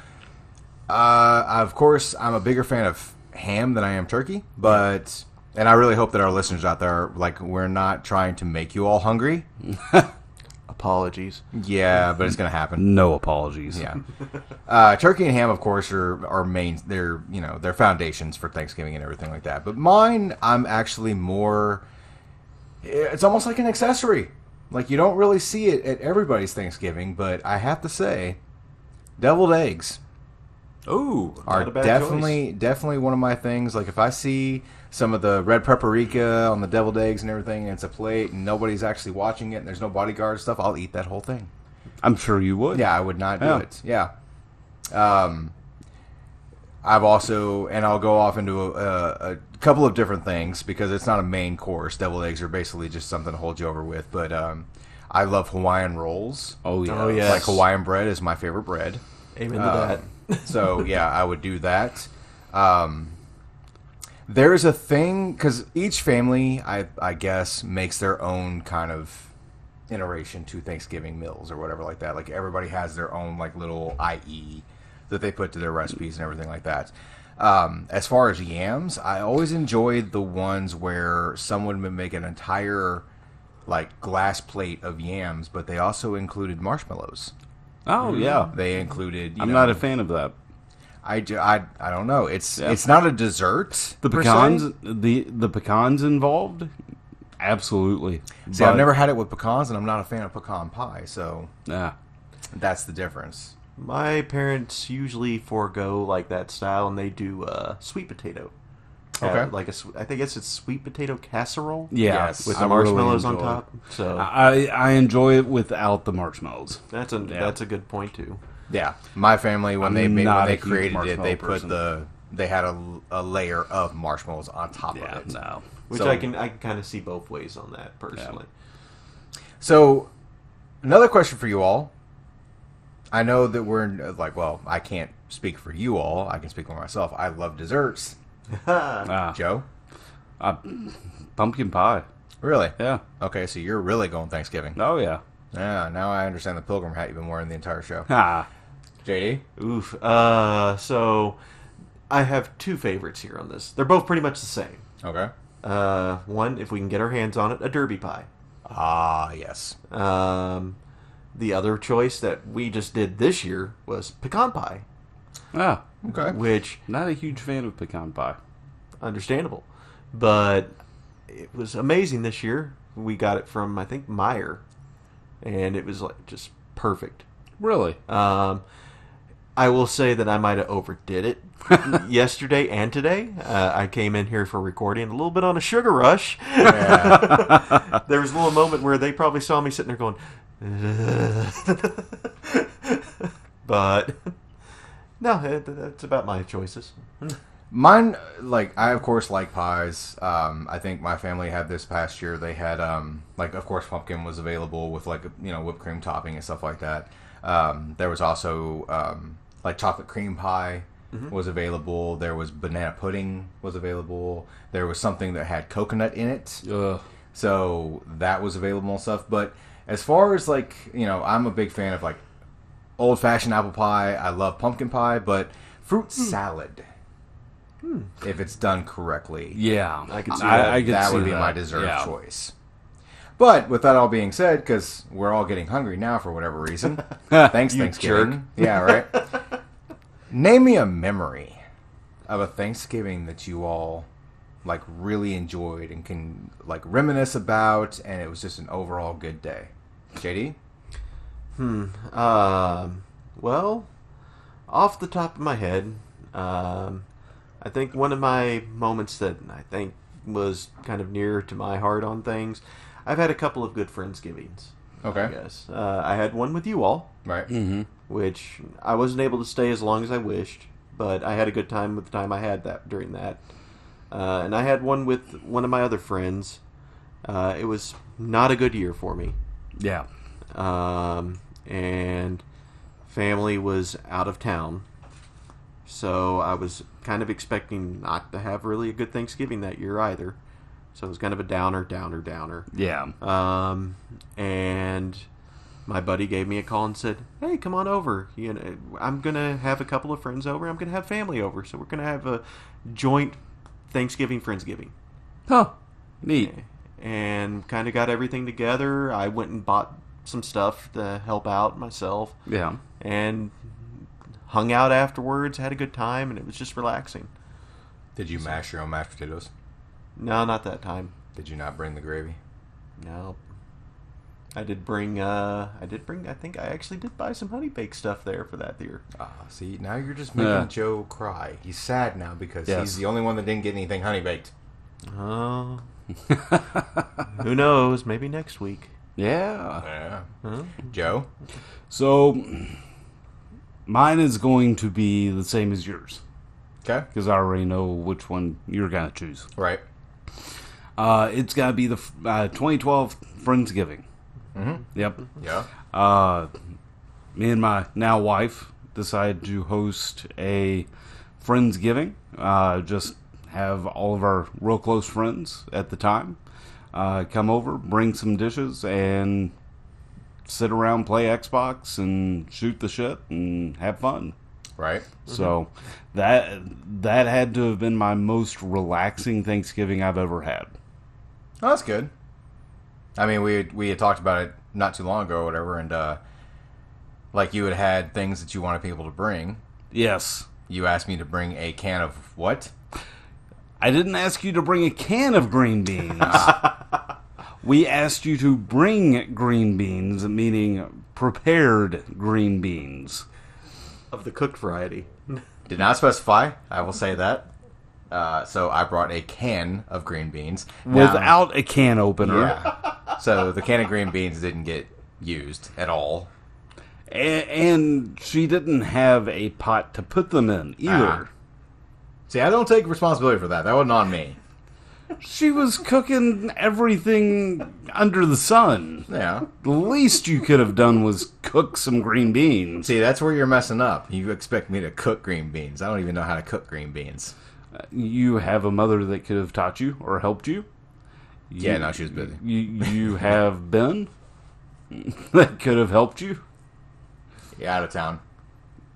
uh of course I'm a bigger fan of ham than I am turkey, but and I really hope that our listeners out there like we're not trying to make you all hungry. Apologies. Yeah, but it's going to happen. No apologies. Yeah. Uh, turkey and ham, of course, are are main. They're you know they're foundations for Thanksgiving and everything like that. But mine, I'm actually more. It's almost like an accessory. Like you don't really see it at everybody's Thanksgiving, but I have to say, deviled eggs Ooh. are Not a bad definitely definitely one of my things. Like if I see some of the red paprika on the deviled eggs and everything, and it's a plate, and nobody's actually watching it, and there's no bodyguard and stuff, I'll eat that whole thing. I'm sure you would. Yeah, I would not do Yeah. it. Yeah. Um, I've also, and I'll go off into a, a, a couple of different things because it's not a main course. Deviled eggs are basically just something to hold you over with. But um, I love Hawaiian rolls. Oh yeah. Oh, yeah. Like Hawaiian bread is my favorite bread. Amen Uh, to so yeah, I would do that. Um, there is a thing because each family, I I guess, makes their own kind of iteration to Thanksgiving meals or whatever like that. Like everybody has their own like little IE that they put to their recipes and everything like that. Um, as far as yams, I always enjoyed the ones where someone would make an entire like glass plate of yams, but they also included marshmallows. Oh yeah, They included. You I'm know, not a fan of that. I, ju- I, I don't know. It's Yeah. it's not a dessert. The per se. pecans, the the pecans involved, absolutely. See, I've never had it with pecans, and I'm not a fan of pecan pie. So Nah. that's the difference. My parents usually forego like that style, and they do uh, sweet potato. Uh, Okay. like a, sw- I think it's a sweet potato casserole. Yeah, Yes. with I the really marshmallows on enjoy it. top. So I I enjoy it without the marshmallows. that's a that's a good point too. Yeah, my family when I'm they made, not when a they huge created it, marshmallow they put person. the they had a, a layer of marshmallows on top Yeah, of it. no. Which So- I can I can kind of see both ways on that personally. So, another question for you all. I know that we're in, like, well, I can't speak for you all. I can speak for myself. I love desserts. Ah, Joe, uh, pumpkin pie. really? Yeah. Okay, so you're really going Thanksgiving. Oh yeah. Yeah, now I understand the pilgrim hat you've been wearing the entire show. Ah. JD, Oof. Uh, so I have two favorites here on this. They're both pretty much the same. okay. Uh, one, if we can get our hands on it, a derby pie. Ah, yes. Um, the other choice that we just did this year was pecan pie, Ah. Okay. which Not a huge fan of pecan pie. understandable, but it was amazing this year. We got it from I think Meyer, and it was like just perfect. Really? Um, I will say that I might have overdid it yesterday and today. Uh, I came in here for recording a little bit on a sugar rush. Yeah. there was a little moment where they probably saw me sitting there going, but no, that- that's about my choices. Mine, like, I of course like pies. Um, I think my family had this past year. They had, um, like, of course, pumpkin was available with like you know whipped cream topping and stuff like that. Um, there was also um, like chocolate cream pie was available. There was banana pudding was available. There was something that had coconut in it. Ugh. So that was available and stuff. But as far as like, you know, I'm a big fan of like old fashioned apple pie. I love pumpkin pie, but fruit salad, if it's done correctly, Yeah. I could see I, I could that see would be that. my dessert Yeah. choice. But with that all being said, because we're all getting hungry now for whatever reason, thanks You Thanksgiving. jerk. Yeah, right. Name me a memory of a Thanksgiving that you all like really enjoyed and can like reminisce about, and it was just an overall good day. JD, Um, well, off the top of my head, um, I think one of my moments that I think was kind of near to my heart on things, I've had a couple of good friendsgivings. I okay, guess uh, I had one with you all, right, Mm-hmm. which I wasn't able to stay as long as I wished, but I had a good time with the time I had that during that. Uh, and I had one with one of my other friends. Uh, it was not a good year for me Yeah. um, and family was out of town. So I was kind of expecting not to have really a good Thanksgiving that year either. So it was kind of a downer, downer, downer. Yeah. Um, and my buddy gave me a call and said, "Hey, come on over. You know, I'm gonna have a couple of friends over. I'm gonna have family over. So we're gonna have a joint Thanksgiving, friendsgiving." Huh. Neat. and kind of got everything together. I went and bought some stuff to help out myself Yeah. and hung out afterwards, had a good time, and it was just relaxing. did you mash your own mashed potatoes? No, not that time. Did you not bring the gravy? No. I did bring uh I did bring I think I actually did buy some honey bake stuff there for that year. Ah, see, now you're just making Yeah. Joe cry. He's sad now because Yes. he's the only one that didn't get anything honey baked. Oh. Who knows, maybe next week. Yeah. Yeah. Hmm? Joe? So mine is going to be the same as yours Okay. because I already know which one you're going to choose. Right. Uh, it's going to be the f- uh, 2012 Friendsgiving. Mm-hmm. Yep. Yeah. Uh, me and my now wife decided to host a Friendsgiving. Uh, just have all of our real close friends at the time uh, come over, bring some dishes, and sit around, play Xbox, and shoot the shit and have fun. Right. So that that had to have been my most relaxing Thanksgiving I've ever had. Oh, that's good. I mean, we we had talked about it not too long ago, or whatever, and uh, like you had had things that you wanted people to bring. Yes. You asked me to bring a can of what? I didn't ask you to bring a can of green beans. we asked you to bring green beans, meaning prepared green beans. of the cooked variety. Did not specify. I will say that. Uh, so I brought a can of green beans Now- Without a can opener. yeah. So the can of green beans didn't get used at all. A- and she didn't have a pot to put them in either. Ah. See, I don't take responsibility for that. That wasn't on me. She was cooking everything under the sun. Yeah. The least you could have done was cook some green beans. See, that's where you're messing up. You expect me to cook green beans. I don't even know how to cook green beans. You have a mother that could have taught you or helped you. Yeah, no, she was busy. You, you have Ben that could have helped you. Yeah, out of town.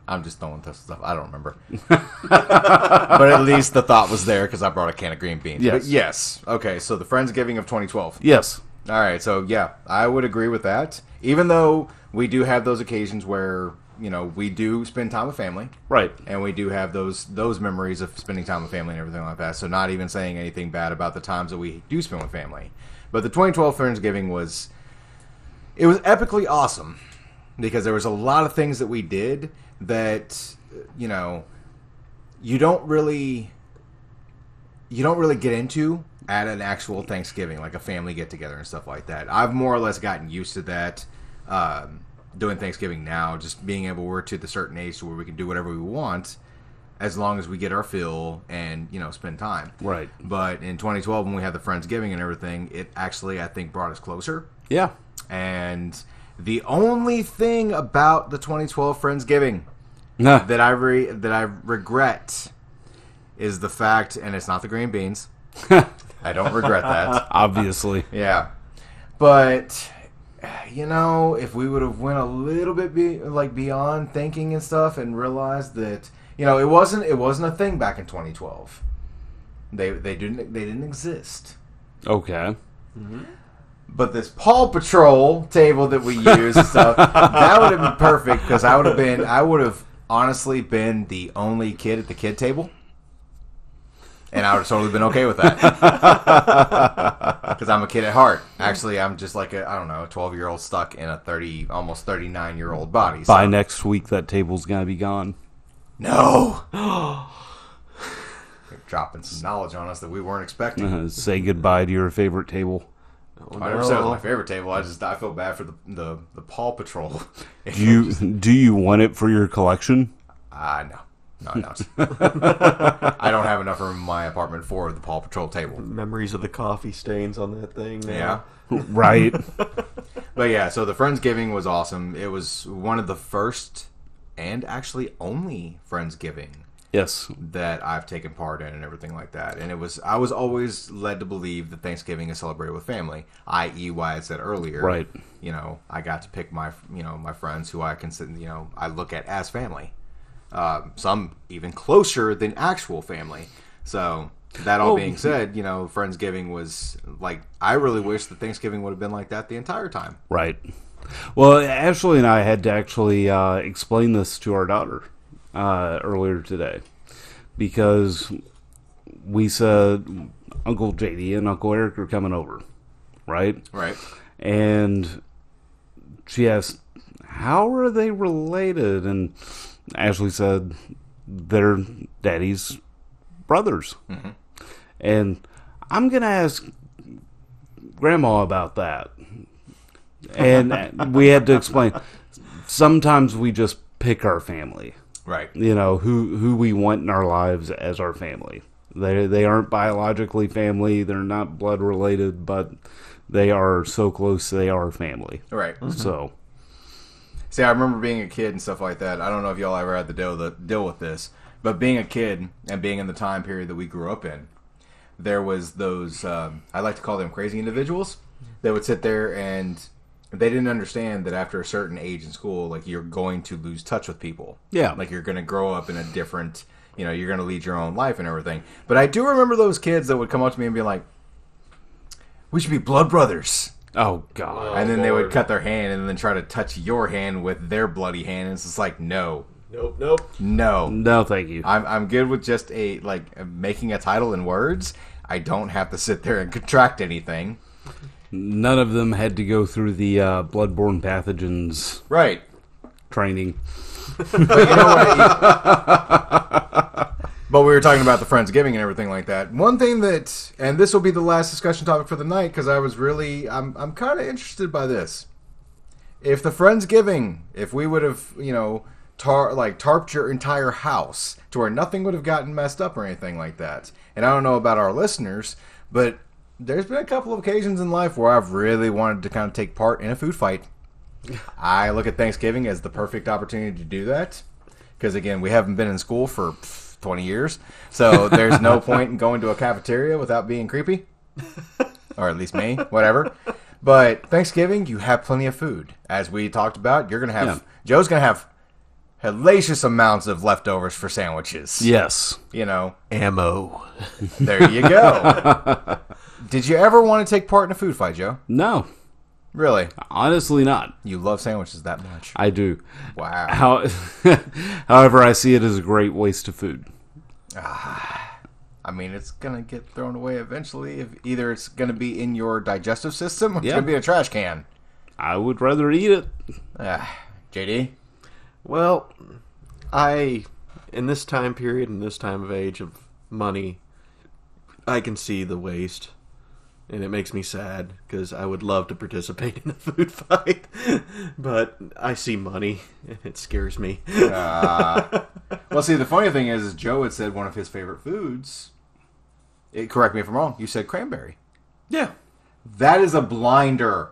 I'm just throwing this stuff. I don't remember. but at least the thought was there because I brought a can of green beans. Yes. But yes. Okay, so the Friendsgiving of 2012. Yes. All right, so yeah, I would agree with that. Even though we do have those occasions where you know we do spend time with family, Right. and we do have those those memories of spending time with family and everything like that. So not even saying anything bad about the times that we do spend with family. But the 2012 Friendsgiving was it was epically awesome because there was a lot of things that we did that you know you don't really you don't really get into at an actual Thanksgiving, like a family get together and stuff like that. I've more or less gotten used to that um, doing Thanksgiving now, just being able we're to the certain age to where we can do whatever we want as long as we get our fill and you know spend time. Right. But in 2012, when we had the Friendsgiving and everything, it actually I think brought us closer. Yeah. And the only thing about the 2012 Friendsgiving Nah. that I re- that I regret is the fact, and it's not the green beans. I don't regret that. Obviously. Yeah, but you know, if we would have went a little bit be- like beyond thinking and stuff, and realized that you know it wasn't it wasn't a thing back in 2012. They they didn't they didn't exist. Okay. But this Paw Patrol table that we use and stuff, that would have been perfect because I would have been, I would have honestly been the only kid at the kid table. And I would have totally been okay with that. Because I'm a kid at heart. Actually, I'm just like a, I don't know, a 12 year old stuck in a 30, almost 39 year old body. So. By next week, that table's going to be gone. No! They're dropping some knowledge on us that we weren't expecting. Uh, say goodbye to your favorite table. Oh, I never said it was my favorite table. I just, I feel bad for the, the, the Paw Patrol. Do you, do you want it for your collection? Ah, no. No, I don't. I don't have enough room in my apartment for the Paw Patrol table. Memories of the coffee stains on that thing. now. Yeah. Right. But yeah, so the Friendsgiving was awesome. It was one of the first and actually only Friendsgiving yes. that I've taken part in and everything like that. And it was I was always led to believe that Thanksgiving is celebrated with family, i.e. why I said earlier. Right. You know, I got to pick my you know, my friends who I consider you know, I look at as family. Um, some even closer than actual family. So that Well- all being said, you know, Friendsgiving was like I really wish that Thanksgiving would have been like that the entire time. Right. Well, Ashley and I had to actually uh, explain this to our daughter uh, earlier today because we said Uncle JD and Uncle Eric are coming over, right? Right. And she asked, "How are they related?" And Ashley said, "They're daddy's brothers." And I'm gonna ask Grandma about that. And we had to explain. Sometimes we just pick our family Right. you know who who we want in our lives as our family. They they aren't biologically family. They're not blood related, but they are so close. They are family. Right. So See, I remember being a kid and stuff like that. I don't know if y'all ever had to deal the deal with this, but being a kid and being in the time period that we grew up in, there was those um, I like to call them crazy individuals that would sit there and they didn't understand that after a certain age in school, like you're going to lose touch with people. Yeah. like you're going to grow up in a different, you know, you're going to lead your own life and everything. But I do remember those kids that would come up to me and be like, "We should be blood brothers." Oh God. and then they would cut their hand and then try to touch your hand with their bloody hand. And it's just like, no, Nope, nope. no. No, thank you. I'm, I'm good with just a like making a title in words. I don't have to sit there and contract anything. None of them had to go through the uh, bloodborne pathogens Right. training. But we were talking about the Friendsgiving and everything like that. One thing that, and this will be the last discussion topic for the night because I was really, I'm, I'm kind of interested by this. If the Friendsgiving, if we would have, you know, tar like tarped your entire house to where nothing would have gotten messed up or anything like that. And I don't know about our listeners, but there's been a couple of occasions in life where I've really wanted to kind of take part in a food fight. I look at Thanksgiving as the perfect opportunity to do that because again, we haven't been in school for pff, 20 years, so there's no point in going to a cafeteria without being creepy, or at least me, whatever. But Thanksgiving, you have plenty of food, as we talked about. You're gonna have Yeah. Joe's gonna have hellacious amounts of leftovers for sandwiches. Yes. You know, Ammo. there you go. Did you ever want to take part in a food fight, Joe? No. Really? Honestly, not. You love sandwiches that much? I do. Wow. How, however, I see it as a great waste of food. I mean, it's gonna get thrown away eventually. If either it's gonna be in your digestive system, or it's Yeah. gonna be in a trash can. I would rather eat it. Ah, JD, Well, I, in this time period, in this time of age of money, I can see the waste. And it makes me sad because I would love to participate in a food fight. but I see money and it scares me. Well, see, the funny thing is, is Joe had said one of his favorite foods. It, correct me if I'm wrong. You said cranberry. yeah. That is a blinder.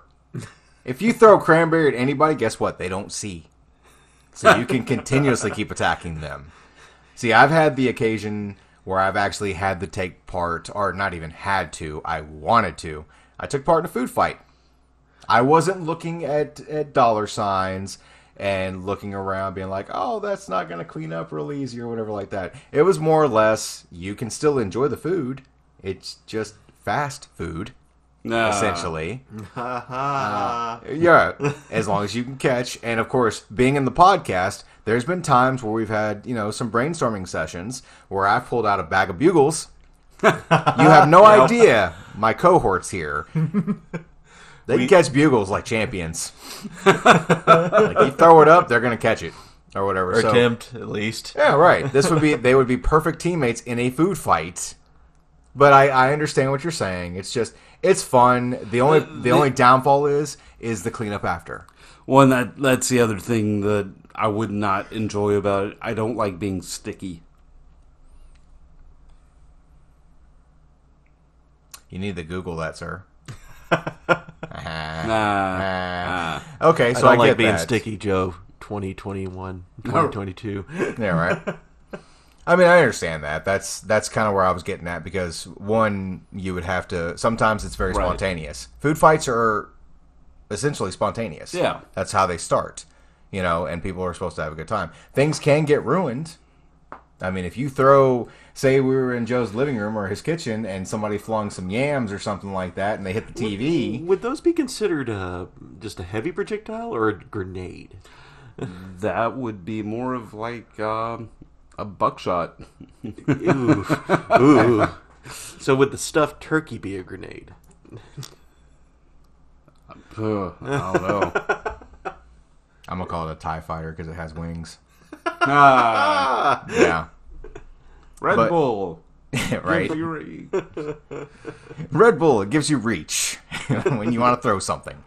if you throw cranberry at anybody, guess what? They don't see. So you can continuously keep attacking them. See, I've had the occasion where I've actually had to take part, or not even had to. I wanted to. I took part in a food fight. I wasn't looking at, at dollar signs and looking around being like, oh, that's not going to clean up real easy or whatever like that. It was more or less, you can still enjoy the food. It's just fast food, essentially. Yeah, as long as you can catch. And of course, being in the podcast, there's been times where we've had, you know, some brainstorming sessions where I've pulled out a bag of bugles. you have no idea, my cohorts here. They can catch bugles like champions. like you throw it up, they're gonna catch it. Or whatever. Or so, attempt, at least. yeah, right. This would be they would be perfect teammates in a food fight. But I, I understand what you're saying. It's just it's fun. The Uh, only the only downfall is is the cleanup after. Well, and that that's the other thing that I would not enjoy about it. I don't like being sticky. You need to Google that, sir. Uh-huh. Nah. okay, I so I, don't like get being that. sticky, Joe. 2021, 2022. Yeah, right. I mean, I understand that. That's that's kind of where I was getting at because one, you would have to. Sometimes it's very Right. spontaneous. Food fights are essentially spontaneous. Yeah. that's how they start. You know, and people are supposed to have a good time. Things can get ruined. I mean, if you throw, say, we were in Joe's living room or his kitchen, and somebody flung some yams or something like that, and they hit the TV. Would those be considered uh, just a heavy projectile or a grenade? That would be more of like um, a buckshot. Ooh. Ooh. So would the stuffed turkey be a grenade? Ugh, I don't know. I'm gonna call it a Tie Fighter because it has wings. Ah, Yeah, Red But- Bull. right. Fury. Red Bull it gives you reach when you want to throw something.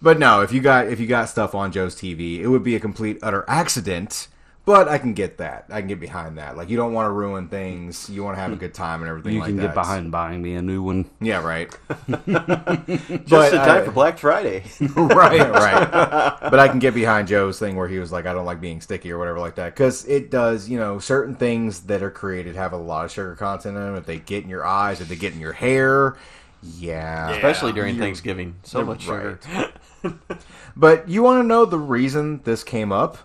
But no, if you got if you got stuff on Joe's TV, it would be a complete utter accident. But I can get that. I can get behind that. Like you don't want to ruin things. You want to have a good time and everything. You like can that. get behind buying me a new one. Yeah, right. Just But in time I- for Black Friday. right, right. But I can get behind Joe's thing where he was like, I don't like being sticky or whatever like that, because it does. You know, certain things that are created have a lot of sugar content in them. If they get in your eyes, if they get in your hair, yeah, Especially during Thanksgiving. So much sugar. But you want to know the reason this came up?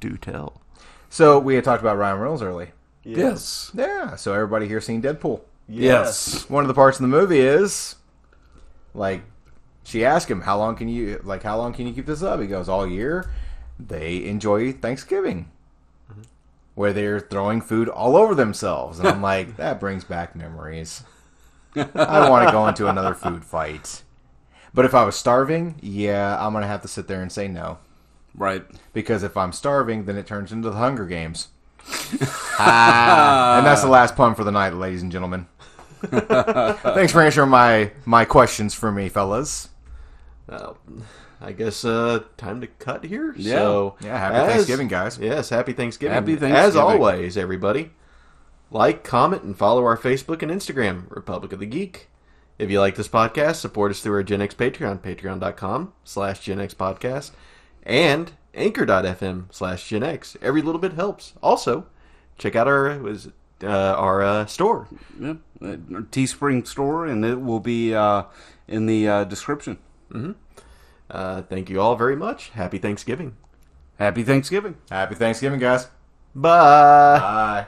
Do tell. So we had talked about Ryan Reynolds early. Yes. Yeah. So everybody here seen Deadpool. Yes. One of the parts in the movie is Like she asked him, "How long can you like how long can you keep this up?" He goes, "All year." They enjoy Thanksgiving. Where they're throwing food all over themselves, and I'm like, that brings back memories. I don't want to go into another food fight. But if I was starving, yeah, I'm gonna have to sit there and say no. Right. Because if I'm starving, then it turns into the Hunger Games. and that's the last pun for the night, ladies and gentlemen. Thanks for answering my my questions for me, fellas. Uh, I guess uh, time to cut here. Yeah. So, Yeah, happy as- Thanksgiving, guys. Yes, happy Thanksgiving. Happy As Thanksgiving. always, everybody, like, comment, and follow our Facebook and Instagram, Republic of the Geek. If you like this podcast, support us through our Gen X Patreon, patreon.com slash Gen X podcast, and anchor.fm slash Gen X. Every little bit helps. Also, check out our was uh, our uh, store. Yep. Uh, Teespring store, and it will be uh, in the uh, description. Uh, thank you all very much. Happy Thanksgiving. Happy Thanksgiving. Happy Thanksgiving, guys. Bye. Bye.